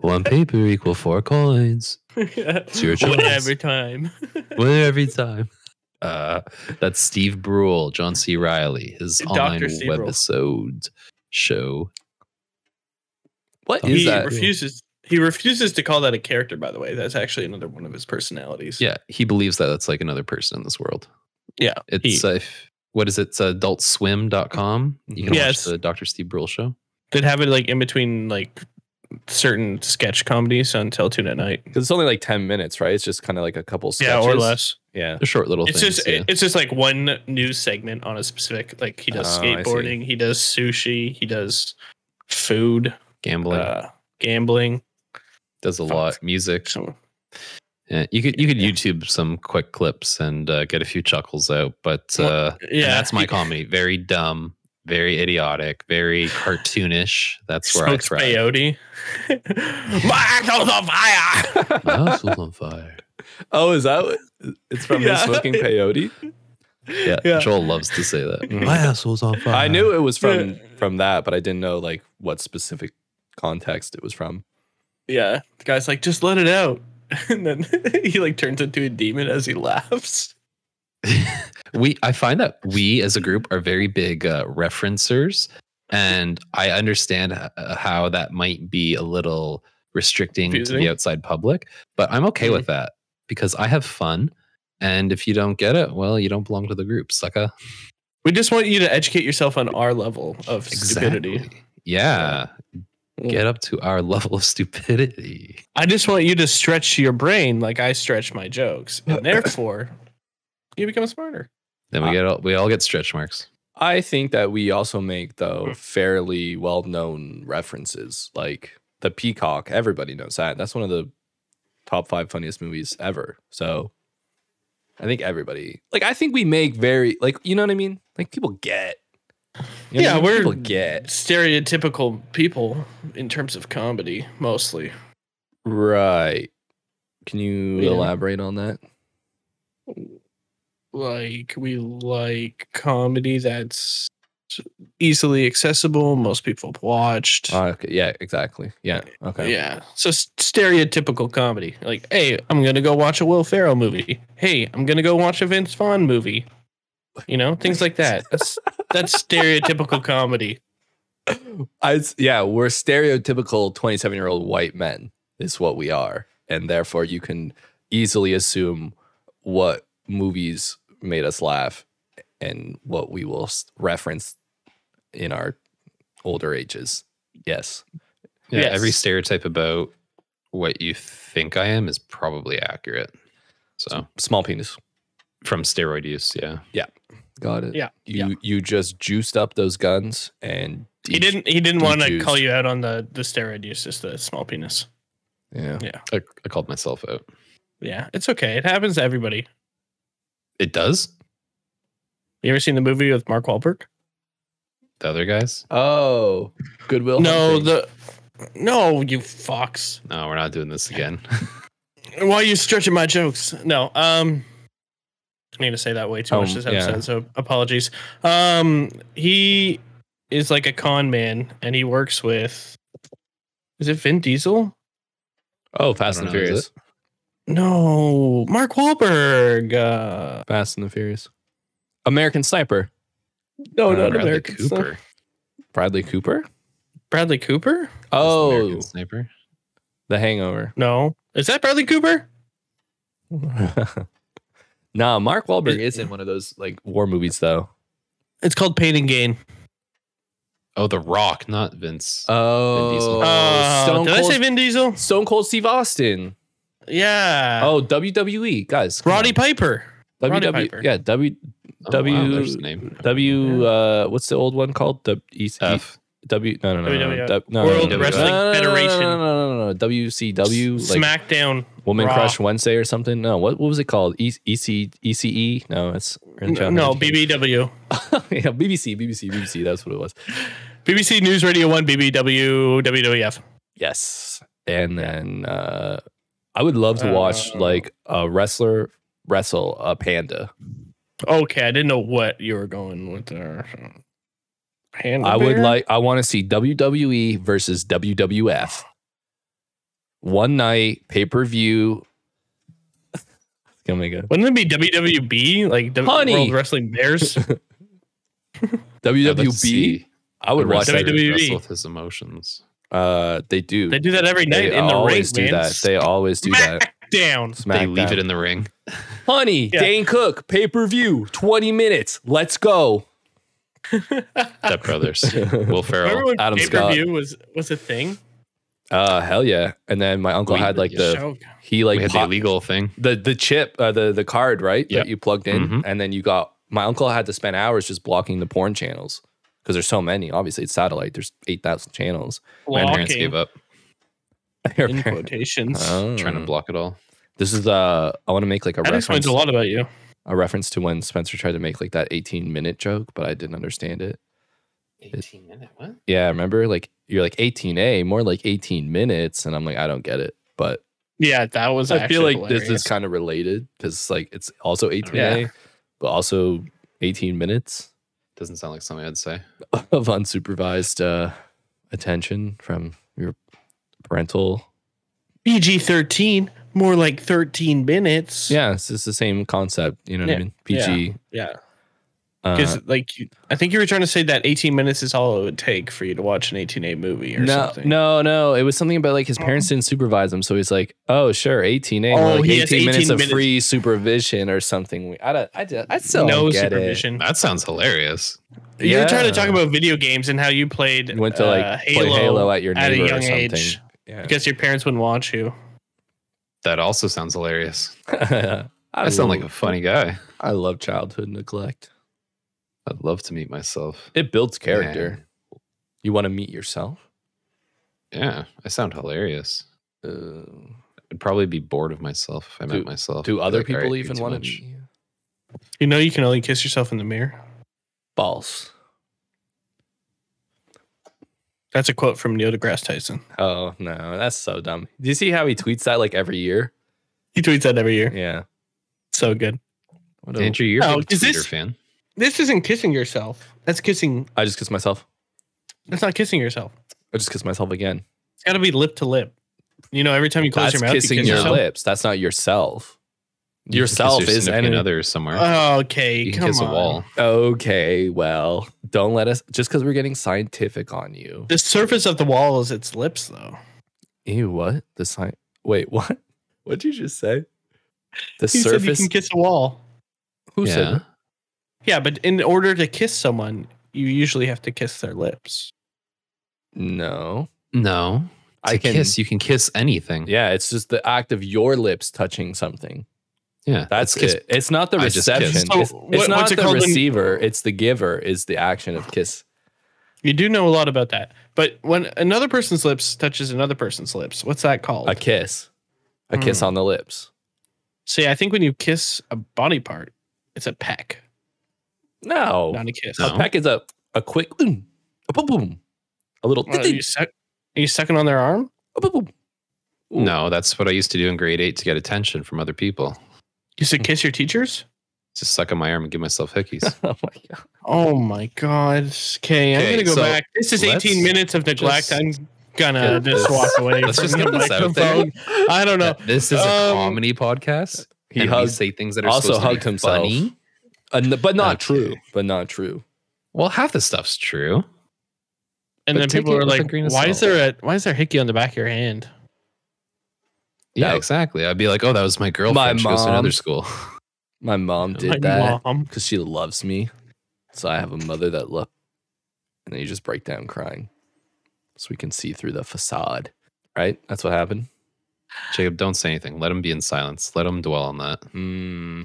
One paper equal four coins. your choice. Win every time. Win every time. Uh, that's Steve Brule, John C. Riley, his Dr. online Steve Brule. webisode show. what He is he that? refuses. He refuses to call that a character. By the way, that's actually another one of his personalities. Yeah, he believes that that's like another person in this world. Yeah, It's he- uh, if- what is it? It's adultswim.com. You can Mhm. Yes. watch the Dr. Steve Brule show. They'd have it like in between like certain sketch comedies on Teletoon at night. because it's only like ten minutes, right? It's just kind of like a couple sketches. Yeah, or less. Yeah, They're short little It's things. just yeah. it's just like one news segment on a specific like he does Oh, I see. skateboarding, he does sushi, he does food, gambling uh, gambling. does a fuck. lot. Music. So Yeah, you could you could Yeah. YouTube some quick clips and uh, get a few chuckles out. But Well, uh, and yeah, that's my he- comedy. Very dumb, very idiotic, very cartoonish. That's where smokes I thrive. peyote. my axle's on fire. My house was on fire. Oh, is that what, it's from Yeah. the smoking peyote? Yeah, Yeah. Joel loves to say that. Mhm. My house was on fire. I knew it was from Yeah. from that, but I didn't know like what specific context it was from. Yeah, the guy's like, just let it out, and then he like turns into a demon as he laughs. we i find that we as a group are very big uh, referencers and i understand h- uh, how that might be a little restricting to Confusing. Mm-hmm. the outside public but i'm okay with that because i have fun and if you don't get it well you don't belong to the group sucker We just want you to educate yourself on our level of stupidity. yeah Yeah. Mm. get up to our level of stupidity I just want you to stretch your brain like I stretch my jokes, and therefore, you become smarter. then Ah. we get all, we all get stretch marks I think that we also make Hmm. though fairly well known references, like the Peacock. Everybody knows that. That's one of the top five funniest movies ever. So I think everybody like I think we make very like you know what I mean. Like people get. You know what I Yeah, mean? we're- people get Stereotypical people in terms of comedy, mostly. right. Can you Yeah. elaborate on that? Like we like comedy that's easily accessible. Most people have watched. Oh, okay. Yeah, exactly. Yeah. Okay. Yeah. So s- stereotypical comedy. Like, hey, I'm gonna go watch a Will Ferrell movie. Hey, I'm gonna go watch a Vince Vaughn movie. You know, things like that. That's that's stereotypical comedy. I, yeah, we're stereotypical 27 year old white men, is what we are. And therefore, you can easily assume what movies made us laugh and what we will s- reference in our older ages. Yes. yeah every Yes. stereotype about what you think i am is probably accurate so Small penis. from steroid use yeah Got it. Yeah, You you just juiced up those guns and He didn't he didn't want to Juiced. call you out on the the steroid use, just the small penis. Yeah. I, I called myself out. Yeah, it's okay. It happens to everybody. It does? You ever seen the movie with Mark Wahlberg? The other guys? Oh, Goodwill. No, Hunting. the no, you fox. No, we're not doing this again. Why are you stretching my jokes? No, um, I need to say that way too much Um, this yeah. episode, so apologies. Um, he is like a con man, and he works with. Is it Vin Diesel? oh, Fast I and don't the know, is Furious. No, Mark Wahlberg. Uh, Fast and the Furious. American Sniper. no, Uh, not Bradley American Cooper. Sniper. is Bradley Cooper. Bradley Cooper? Oh, American sniper. The Hangover. No, is that Bradley Cooper? nah, Mark Wahlberg is in one of those like war movies though. It's called Pain and Gain. Oh, The Rock, not Vince. Oh, Diesel. Uh, Stone, did Cold, I say Vin Diesel? Stone Cold Steve Austin. Yeah. oh, WWE guys. come Roddy on. Piper. Roddy WW. Piper. Yeah, W Oh, W- there's the name. W. Uh, what's the old one called? The East F. W. No, no, no, no, no, WWF. Du- no, no, World no, no, Wrestling no, no, no, no, Federation. No, no, no, no, no. WCW. Like SmackDown. Woman Raw. Crush Wednesday or something. No, what what was it called? E- EC ECE? No, it's No, BBW. yeah, BBC, BBC, BBC. That's what it was. BBC News Radio 1, BBW, WWF. Yes. And then uh, I would love to watch Uh, like a wrestler wrestle a panda. Okay, I didn't know what you were going with there. Panda I would bear? like I want to see WWE versus WWF. One night pay-per-view. Gonna make a Wouldn't it be WWB? Like the Honey. World Wrestling Bears? I'd like to WWB. see E? I would a watch wrestler that. WWE. wrestle with his emotions. Uh they do. they do that every night They in the ring. always man. do that. They always do that. Down. they Smackdown. leave it in the ring. Honey, Yeah. Dane Cook, pay per view, 20 minutes. Let's go. Step Brothers. Will Ferrell. Remember when Adam pay Scott. per view was, was a thing? Uh, hell yeah! And then my uncle We- had like the Show- he Like we like had pop- the illegal thing. the the chip uh, the the card right Yep. that you plugged in, Mhm. and then you got my uncle had to spend hours just blocking the porn channels because there's so many. Obviously, it's satellite. There's eight thousand channels. My parents blocking, gave up in quotations. Oh. trying to block it all. This is uh, I want to make like a that reference explains a lot about you. a reference to when Spencer tried to make like that 18 minute joke, but I didn't understand it. 18 minute what? Yeah, remember like you're like 18A, more like 18 minutes, and I'm like I don't get it. But Yeah, that was. I feel actually like this is hilarious. kind of related because like it's also 18A, but also 18 minutes Doesn't sound like something I'd say. of unsupervised uh, attention from your parental. PG thirteen, more like thirteen minutes. Yeah, it's just the same concept. You know what I Yeah, mean? PG. yeah. Uh, Because like you, I think you were trying to say that eighteen minutes is all it would take for you to watch an eighteen A movie or no, something. no, no. It was something about like his parents didn't supervise him, so he's like, "Oh, sure, eighteen A, Oh, like he has 18 minutes 18 of minutes. free supervision or something." We- I don't, I, don't- I still no don't get supervision. That sounds hilarious. It. You were trying Uh, to Yeah. talk about video games and how you played. You went to like uh, play Halo at your at a neighbor or young something. age. Yeah. because your parents wouldn't watch you. That also sounds hilarious. I, I sound like a love- funny guy. I love childhood neglect. I'd love to meet myself. It builds character. You want to meet yourself. Yeah, I sound hilarious. Uh, I'd probably be bored of myself if I Do- met myself. do I'd be other like, "All right, people you're even too want to much." meet you? You know, you can only kiss yourself in the mirror. False. That's a quote from Neil deGrasse Tyson. Oh no, that's so dumb. Do you see how he tweets that like every year? He tweets that every year. Yeah. So good. What a- Andrew, you're Oh, a big is Twitter this- fan. This isn't kissing yourself. That's kissing. I just kissed myself. That's not kissing yourself. I just kissed myself again. It's got to be lip to lip. You know, every time you close That's your mouth, kissing you kiss your yourself. lips. That's not yourself. You can kiss Yourself your is Uh, significant any- other somewhere. Oh, okay, you can come kiss on. a wall. Okay, well, don't let us just because we're getting scientific on you. The surface of the wall is its lips, though. Ew, Eh, what? The sci- Wait, what? What'd you just say? The He said you surface. can kiss a wall. Who yeah. said? Yeah, but in order to kiss someone, you usually have to kiss their lips. No, No. I I can. kiss. You can kiss anything. Yeah, it's just the act of your lips touching something. Yeah, That's kiss. it. It's not the I just reception. kissed. it's, So, it's what- not what's it the called when- receiver. It's the giver. Is the action of kiss. You do know a lot about that. But when another person's lips touches another person's lips, what's that called? A kiss. A kiss Hmm. on the lips. See, I think when you kiss a body part, it's a peck, No. not a kiss. No. A peck is a, a quick boom, a boom, boom, a little. What, Uh, are, you suck- are you sucking on their arm? a boom, boom. Ooh. No, that's what I used to do in grade eight to get attention from other people. You should kiss your teachers? Just suck on my arm and give myself hickeys. Oh my god. Oh my God. Okay, I'm Okay, going to go so back. This is let's 18 minutes of neglect. just I'm going to get just this- walk away let's from just the get this out there. microphone. I don't know. That This is a Um, comedy podcast. He and hugged, we say things that are also supposed hugged to be himself. funny. uh, but not Okay. true. But not true. Well, half the stuff's true. But And then take people it are with a like, grain of why is salt." there a why is there hickey on the back of your hand? Yeah, No. exactly. I'd be like, oh, that was my girlfriend. she goes to mom. another school. My mom did My that mom. because she loves me. So I have a mother that loves. And then you just break down crying, so we can see through the facade. Right? That's what happened. Jacob, don't say anything. Let him be in silence. Let him dwell on that. Hmm.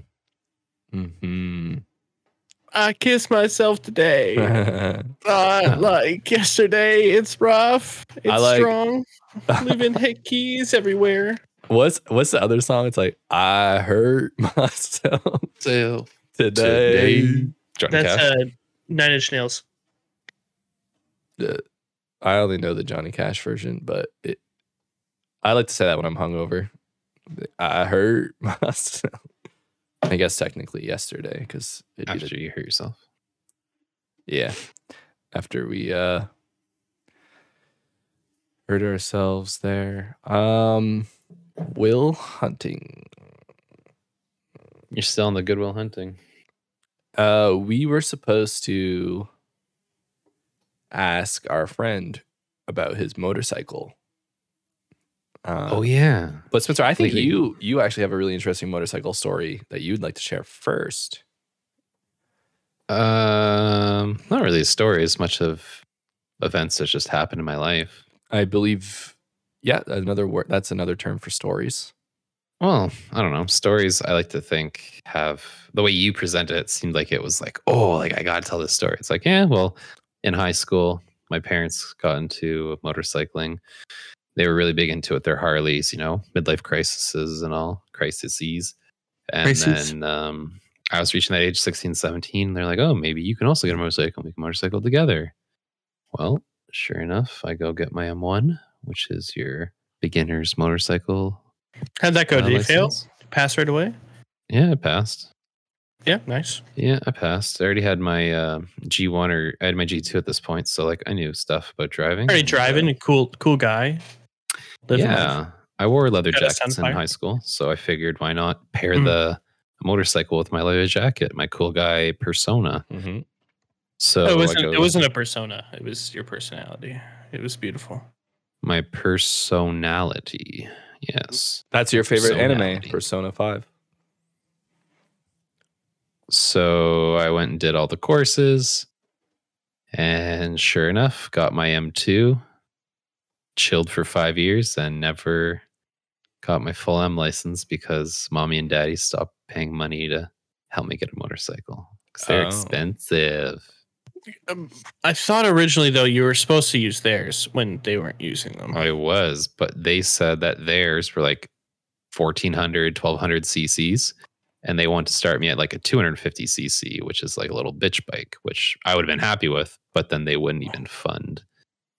Hmm. I kissed myself today. Not like yesterday. It's rough. It's I like- strong. Living hickeys everywhere. what's What's the other song? It's like I hurt myself So today. Johnny That's Cash. uh, Nine Inch Nails. I only know the Johnny Cash version, but it, I like to say that when I'm hungover. I hurt myself. I guess technically yesterday, because After you hurt yourself. yeah, after we uh hurt ourselves there. Um, Will hunting. You're still on the Goodwill hunting. Uh, we were supposed to ask our friend about his motorcycle. Uh, oh, yeah. But Spencer, I think Completely. you you actually have a really interesting motorcycle story that you'd like to share first. Um, not really a story as much of events that just happened in my life. I believe Yeah, another word. That's another term for stories. Well, I don't know. Stories I like to think have the way you present it, it seemed like it was like, oh, like I gotta tell this story. It's like, yeah, well, in high school, my parents got into motorcycling. They were really big into it. Their Harleys, you know, midlife crises and all crises. And Crises. then um, I was reaching that age 16, 17. And they're like, oh, maybe you can also get a motorcycle. We can motorcycle together. Well, sure enough, I go get my M1, which is your beginner's motorcycle. How'd that go? uh, Did you fail? license. Pass right away? Yeah, I passed. Yeah, nice. Yeah, I passed. I already had my uh, G1 or I had my G2 at this point, so like I knew stuff about driving. Already and, driving, a cool, cool guy. uh, Living life. yeah, I wore leather Got a jackets in Sunfire. high school, so I figured why not pair Mm. the motorcycle with my leather jacket, my cool guy persona. Mm-hmm. So I it wasn't. go- It wasn't a persona. It was your personality. It was beautiful. my personality. Yes. That's your favorite anime, Personality. Persona Five. So I went and did all the courses, and sure enough, got my M2. Chilled for five years, and never got my full M license because mommy and daddy stopped paying money to help me get a motorcycle because they're Oh. expensive. Um, I thought originally though you were supposed to use theirs when they weren't using them. I was, but they said that theirs were like 1400, 1200 cc's, and they want to start me at like a 250 cc, which is like a little bitch bike, which I would have been happy with, but then they wouldn't even fund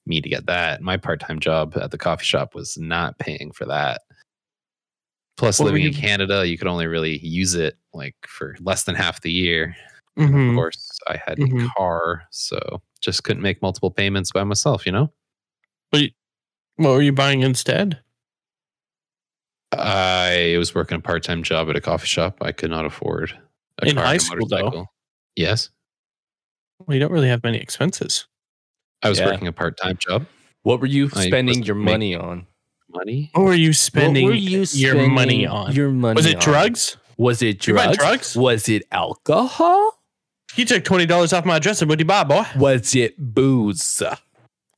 me to get that. My part time job at the coffee shop was not paying for that. Plus, What were living in you- Canada, you could only really use it like for less than half the year. Of Mhm. course, I had a Mhm. car, so just couldn't make multiple payments by myself, you know? What were you buying instead? I was working a part time job at a coffee shop. I could not afford a In car and high a school, though. motorcycle. Yes, Well, you don't really have many expenses. I was Yeah. working a part time job. What were you I spending was your make- money on? Money. What were you spending what were you your spending money on? Your money. was it on? drugs? Was it You buy drugs? drugs? Was it alcohol? You took twenty dollars off my address. and What do you buy, boy? Was it booze?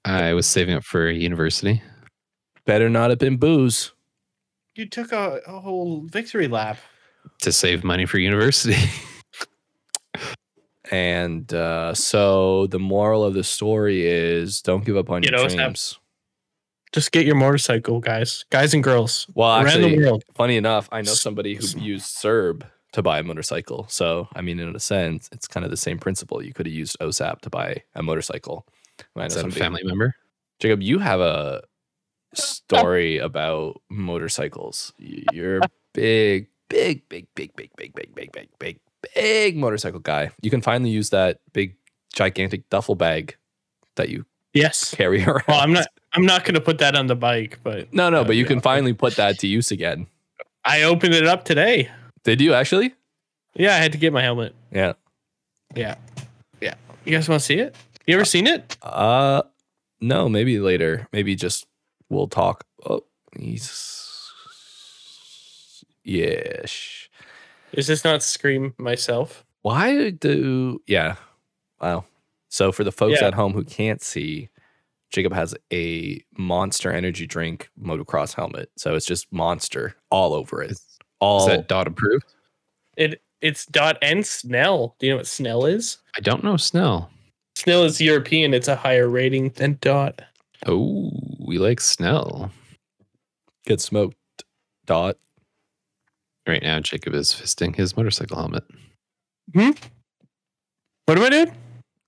I was saving up for university. Better not have been booze. You took a, a whole victory lap. To save money for university. And uh, so the moral of the story is don't give up on You your know, dreams. it's not- Just get your motorcycle, guys, guys and girls Well, around the actually, world. funny enough, I know somebody who used Serb to buy a motorcycle. So, I mean, in a sense, it's kind of the same principle. You could have used OSAP to buy a motorcycle. And I know Is that a somebody- family member? Jacob, you have a story about motorcycles. Y- You're a big, big, big, big, big, big, big, big, big, big, big motorcycle guy. You can finally use that big, gigantic duffel bag that you Yes. carry around. Well, I'm not. I'm not going to put that on the bike, but No, no, That'd but you be can awesome. finally put that to use again. I opened it up today. Did you actually? Yeah, I had to get my helmet. Yeah. Yeah. Yeah. You guys want to see it? You ever seen it? Uh, no, maybe later. Maybe just we'll talk. Oh, he's yeah. sh- Is this not Scream myself? Why do yeah? Wow. So for the folks Yeah. at home who can't see, Jacob has a Monster Energy drink motocross helmet. So it's just Monster all over it. Is, is All that dot approved? It it's Dot and Snell. Do you know what Snell is? I don't know Snell. Snell is European. It's a higher rating than Dot. Oh, we like Snell. get smoked. Dot. Right now, Jacob is fisting his motorcycle helmet. What am I doing?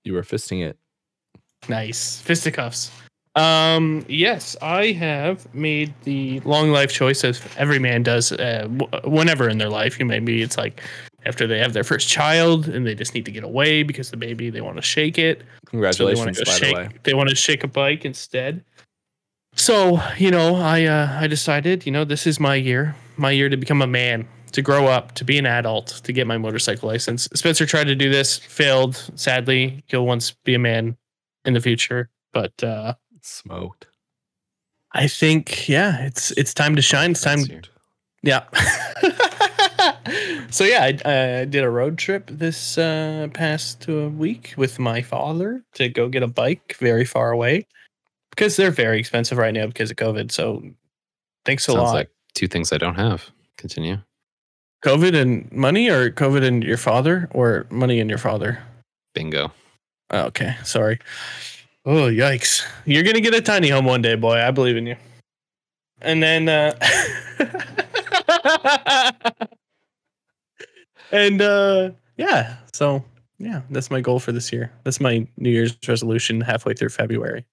You were fisting it. Nice fisticuffs. Um. Yes, I have made the long life choice as every man does. Uh, w- whenever in their life, you maybe it's like after they have their first child and they just need to get away because the baby they want to shake it. So they wanna Congratulations, go by shake- the way. They want to shake a bike instead. So you know, I uh, I decided, you know, this is my year, my year to become a man, to grow up, to be an adult, to get my motorcycle license. Spencer tried to do this, failed. Sadly, he'll once be a man in the future, but uh, Smoked. I think, yeah, it's it's time to shine. It's time. Here. Yeah. so yeah, I, I did a road trip this uh, past uh, week with my father to go get a bike very far away because they're very expensive right now because of COVID. So thanks a Sounds lot. like two things I don't have. Continue. COVID and money, or COVID and your father, or money and your father. Bingo. Okay, sorry. Oh yikes! You're gonna get a tiny home one day, boy. I believe in you. And then, uh, and uh, yeah. So yeah, that's my goal for this year. That's my New Year's resolution. Halfway through February.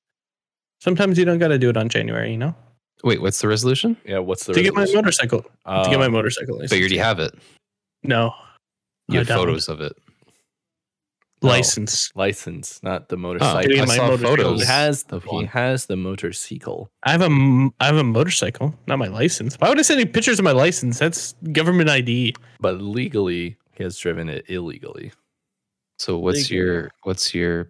Sometimes you don't got to do it on January, you know. Wait, what's the resolution? Yeah, what's the to get my resolution? motorcycle. to get Uh, my But motorcycle you license. already have it. No You I have don't. photos Oh. of it. No. license. license, not the motorcycle. Getting I my saw He motorcycle. photos. has the of he one. has the motorcycle. I have a m- I have a motorcycle, not my license. Why would I send you pictures of my license? That's government ID. But legally he has driven it illegally. So what's Legal. your what's your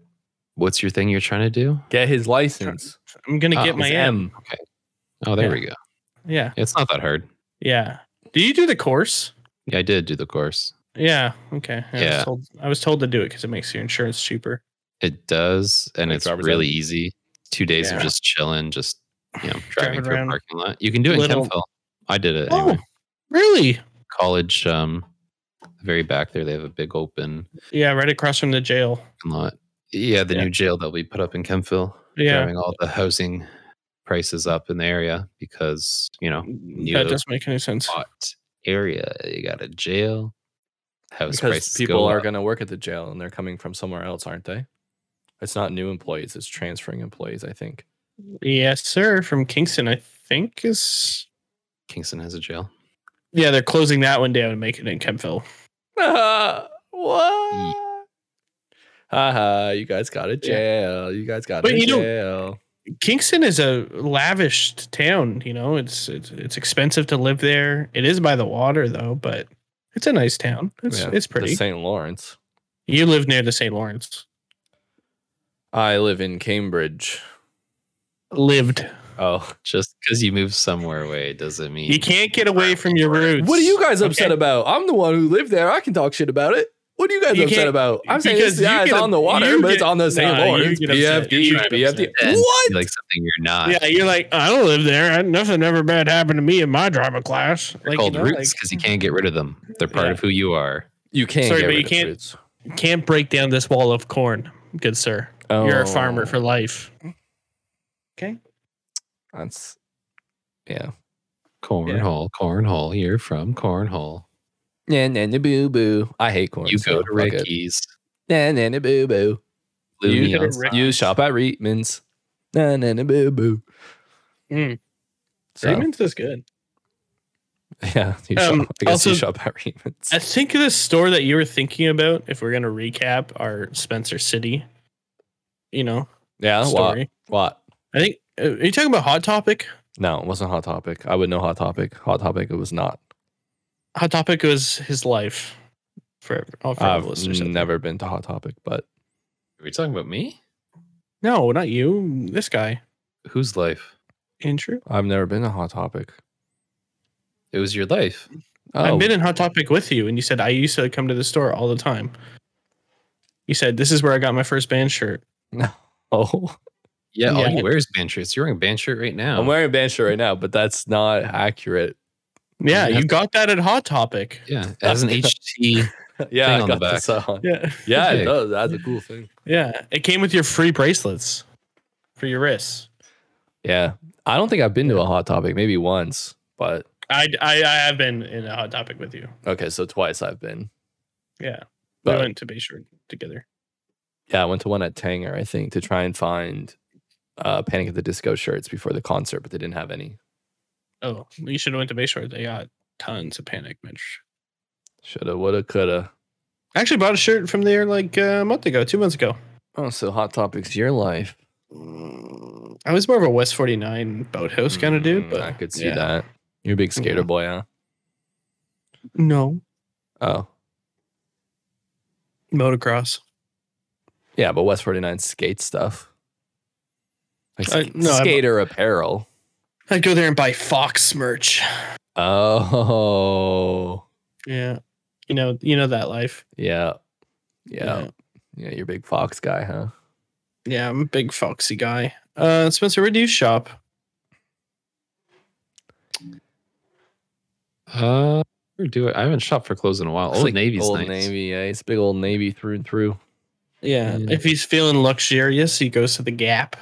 what's your thing you're trying to do? Get his license. I'm gonna Oh, get my His M. M. Oh, there Yeah. we go. Yeah, It's not that hard. yeah. Do you do the course? Yeah, I did do the course. Yeah. Okay. I Yeah. Was told, I was told to do it because it makes your insurance cheaper. It does, and Like it's Robert really said. easy. Two days Yeah. of just chilling, just you know, Driving driving through around. a parking lot. You can do it Little- in Kempville. I did it Oh, anyway. really? College, um, the very back there, they have a big open Yeah, right across from the jail. lot. Yeah, the Yeah. new jail that we put up in Kempville, Yeah, driving all the housing prices up in the area because you know that Yeah. doesn't make any sense. hot area. You got a jail. House Because prices people go are up. going to work at the jail and they're coming from somewhere else, aren't they? It's not new employees, it's transferring employees, I think. Yes, sir. From Kingston, I think is. Kingston has a jail. Yeah, they're closing that one down and making it in Kempville. what? Haha, you guys got a Yeah. jail. You guys got But a you don't- jail. Kingston is a lavish town. You know, it's it's it's expensive to live there. It is by the water though, but it's a nice town. It's Yeah, it's the pretty. St. Lawrence. You live near the St. Lawrence. I live in Cambridge. Lived. Oh. Just because you move somewhere away doesn't mean You can't get away from your roots. What are you guys upset Okay. about? I'm the one who lived there. I can talk shit about it. What are you guys You upset can't- about? I'm saying because this, yeah, you it's get on the up- water, you but it's get- on the St. nah, you Lawrence. get upset. BFD, You're trying to BFD. And What? be like something you're not. Yeah, you're like I don't live there. I, nothing ever bad happened to me in my drama class. They're Like, called you know, roots because hmm. you can't get rid of them. They're part Yeah. of who you are. You can't Sorry, get but rid you of can't- fruits. like, can't break down this wall of corn, good sir. You're a farmer Oh, for life. that's yeah. Cornhole, cornhole. You're from cornhole. Nah, nah, nah, boo boo. I hate corn. You so go to fuck it. Ricky's. Nah, nah, nah, boo boo. Blue You neon go to sign. Rick- You shop at Reitman's. Nah, nah, nah, boo boo. Mm. So, Raymond's is good. yeah, you shop, Um, I guess you also- shop at Reitman's. I think the store that you were thinking about, if we're gonna recap our Spencer City, you know, yeah, what? story. What? I think uh, are you talking about Hot Topic? No, it wasn't Hot Topic. I would know Hot Topic. Hot Topic, it was not. Hot Topic was his life oh, for all for all the listeners. I've out there. never been to Hot Topic, but Are we talking about me? No, not you. This guy, Whose life? Andrew. I've never been to Hot Topic. It was your life. Oh, I've been in Hot Topic with you, and you said I used to come to the store all the time. You said this is where I got my first band shirt. oh. Yeah, all Yeah. you wear is band shirts. You're wearing a band shirt right now. I'm wearing a band shirt right now, but that's not accurate. Yeah, Yeah. you got that at Hot Topic. yeah, it has an HT. yeah, Thing I on got the this on. Yeah, Yeah, it Sick. does. That's a cool thing. yeah. It came with your free bracelets for your wrists. Yeah. I don't think I've been to a Hot Topic, maybe once, but I, I, I have been in a hot topic with you. okay, so twice I've been. Yeah. But we went to Bayshore together. yeah, I went to one at Tanger, I think, to try and find uh, Panic at the Disco shirts before the concert, but they didn't have any. Oh, you should have went to Bayshore. They got tons of panic merch. Shoulda, woulda, coulda. I actually bought a shirt from there like uh, a month ago, two months ago. Oh, so Hot Topic's your life. Mm, I was more of a West 49 boathouse kind of dude, Mm, but I could see yeah. that. Mm-hmm. You're a big skater Mhm. boy, huh? no. Oh, Motocross. yeah, but West 49 skate stuff. Like I- sk- no, I'm- skater apparel. I'd go there and buy Fox merch. Oh, Yeah. You know, you know that life. yeah. Yeah. Yeah, you're a big Fox guy, huh? Yeah, I'm a big Foxy guy. Uh, Spencer, where do you shop? Uh, where do I? I haven't shopped for clothes in a while. It's Old like Navy's Old nice. Navy, yeah. It's big old Navy through and through. Yeah, Mm. if he's feeling luxurious, he goes to the Gap.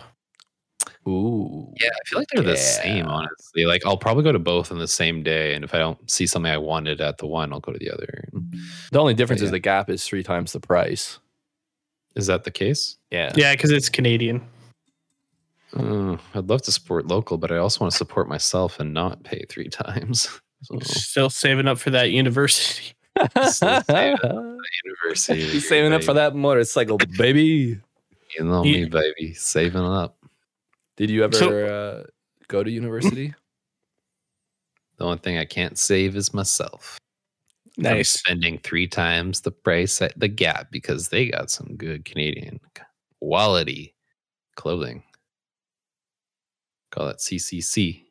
Ooh. Yeah, I feel like they're the same, Yeah. honestly. Like, I'll probably go to both on the same day. And if I don't see something I wanted at the one, I'll go to the other. The only difference Yeah. is the gap is three times the price. Is that the case? Yeah. Yeah, because it's Canadian. Oh, I'd love to support local, but I also want to support myself and not pay three times. So, Still saving up for that university. university. He's saving up for that motorcycle, baby. You know me, You- baby. Saving up. Did you ever So- Mm. uh, go to university? The only thing I can't save is myself. I'm Nice. spending three times the price at the Gap because they got some good Canadian quality clothing. Call that CCC,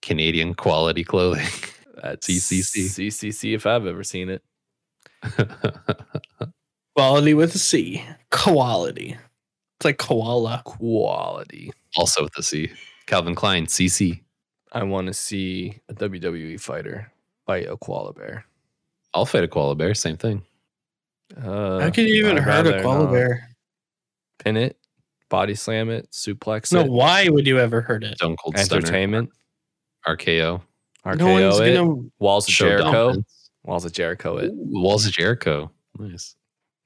Canadian quality clothing. At CCC. CCC, if I've ever seen it. Quality with a C. Quality. It's like koala. Quality. also with a C. Calvin Klein, CC. I want to see a WWE fighter fight a koala bear. I'll fight a koala bear. Same thing. Uh, How could you even I'd hurt a rather koala not. bear? Pin it, body slam it, suplex No, it, why would you ever hurt it? Stone Cold Stunner, entertainment, RKO, RKO no one's it, gonna. walls of Show Jericho, dominance. walls of Jericho it, Ooh, Walls of Jericho. Nice.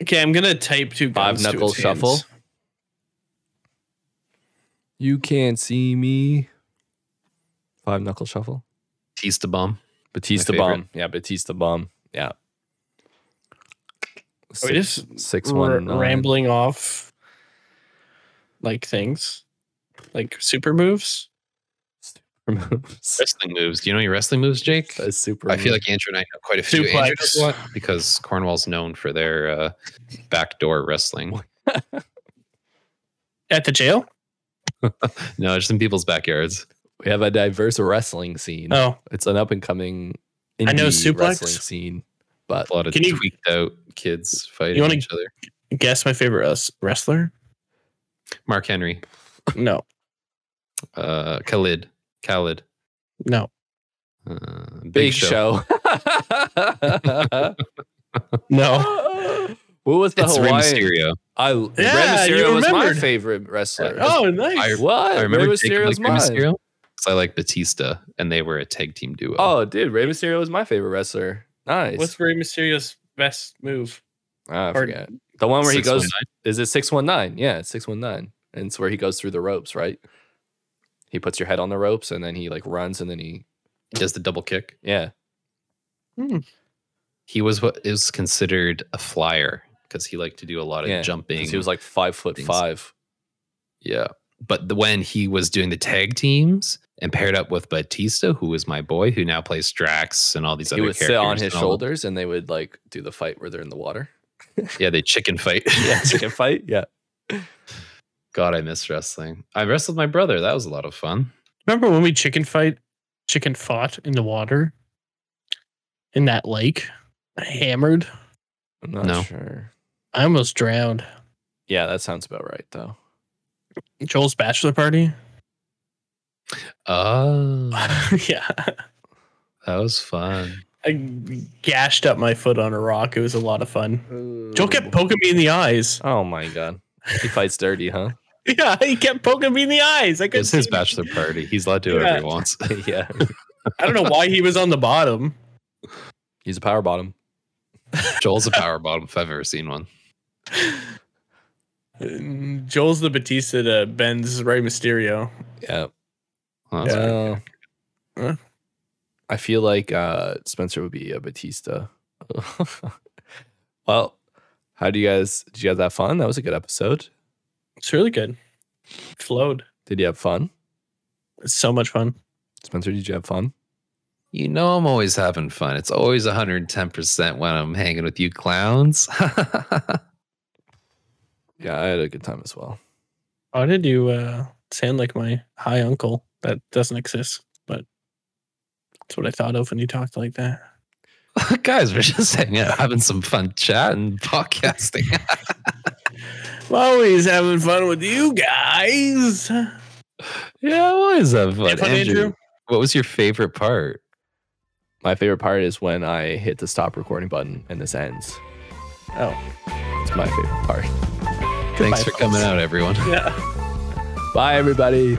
Okay, I'm gonna type two five guns to knuckle its shuffle. hands. You can't see me. Five knuckle shuffle. Tista bomb. Batista favorite. bomb. Yeah, Batista bomb. Yeah. Are Oh, we just six r- one nine. rambling off like things, like super moves? moves. Wrestling moves. Do you know any wrestling moves, Jake? A super. I feel move. like Andrew and I know quite a few. Andrew does a Suplex. lot because Cornwall's known for their uh, backdoor wrestling. At the jail? Mm. no, just in people's backyards. we have a diverse wrestling scene. Oh, It's an up and coming. I know indie suplex. wrestling scene, but A lot of Can you- tweaked out kids fighting wanna- each other. guess my favorite us- wrestler? Mark Henry, No, uh, Khalid, Khalid, no. uh, Big, Big Show. Show. No. What was the It's Rey Hawaiian? Mysterio. I Yeah, Rey you Mysterio was my remembered. favorite wrestler. Oh, nice. what? I remember Rey Jake Mysterio was liked Rey mine. Mysterio because I like Batista, and they were a tag team duo. Oh, dude, Rey Mysterio was my favorite wrestler. Nice. What's Rey Mysterio's best move? Ah, I or- forget. The one where he goes 619. is it 619? Yeah, it's 619. And it's where he goes through the ropes, right? He puts your head on the ropes and then he like runs and then he does the double kick. yeah. He was what is considered a flyer because he liked to do a lot of Yeah, 'cause 'Cause jumping. He was like five foot Things. five. Yeah. But the, when he was doing the tag teams and paired up with Batista, who is my boy, who now plays Drax and all these He other would characters. sit on his and all- shoulders and they would like do the fight where they're in the water. Yeah, they chicken fight. Yeah, chicken fight. Yeah. God, I miss wrestling. I wrestled my brother. That was a lot of fun. Remember when we chicken fight, chicken fought in the water in that lake? Hammered. I'm not No. sure. I almost drowned. Yeah, that sounds about right though. Joel's bachelor party. Oh, yeah, that was fun. I gashed up my foot on a rock. It was a lot of fun. Joel kept poking me in the eyes. Oh my god. He fights dirty, huh? Yeah, he kept poking me in the eyes. I It couldn't. was his see bachelor party. He's allowed to do whatever he wants. yeah. anything. I don't know why he was on the bottom. He's a power bottom. Joel's a power bottom if I've ever seen one. Mm, Joel's the Batista to Ben's Rey Mysterio. Yeah. Huh, that's pretty- Well, Huh? I feel like uh, Spencer would be a Batista. well, how do you guys? Did you guys have fun? That was a good episode. It's really good. Flowed. Did you have fun, It's so much fun. Spencer? Did you have fun? You know, I'm always having fun. It's always 110% when I'm hanging with you clowns. Yeah, I had a good time as well. Why did you uh, sound like my high uncle that doesn't exist? But that's what I thought of when you talked like that. Guys, we're just hanging out, having some fun chat and podcasting. Chloe's having fun with you guys. Yeah, why is that fun? Yeah, fun, Andrew, Andrew. what was your favorite part? My favorite part is when I hit the stop recording button and this ends. Oh, It's my favorite part. Thanks for folks. coming out, everyone. yeah. Bye, everybody.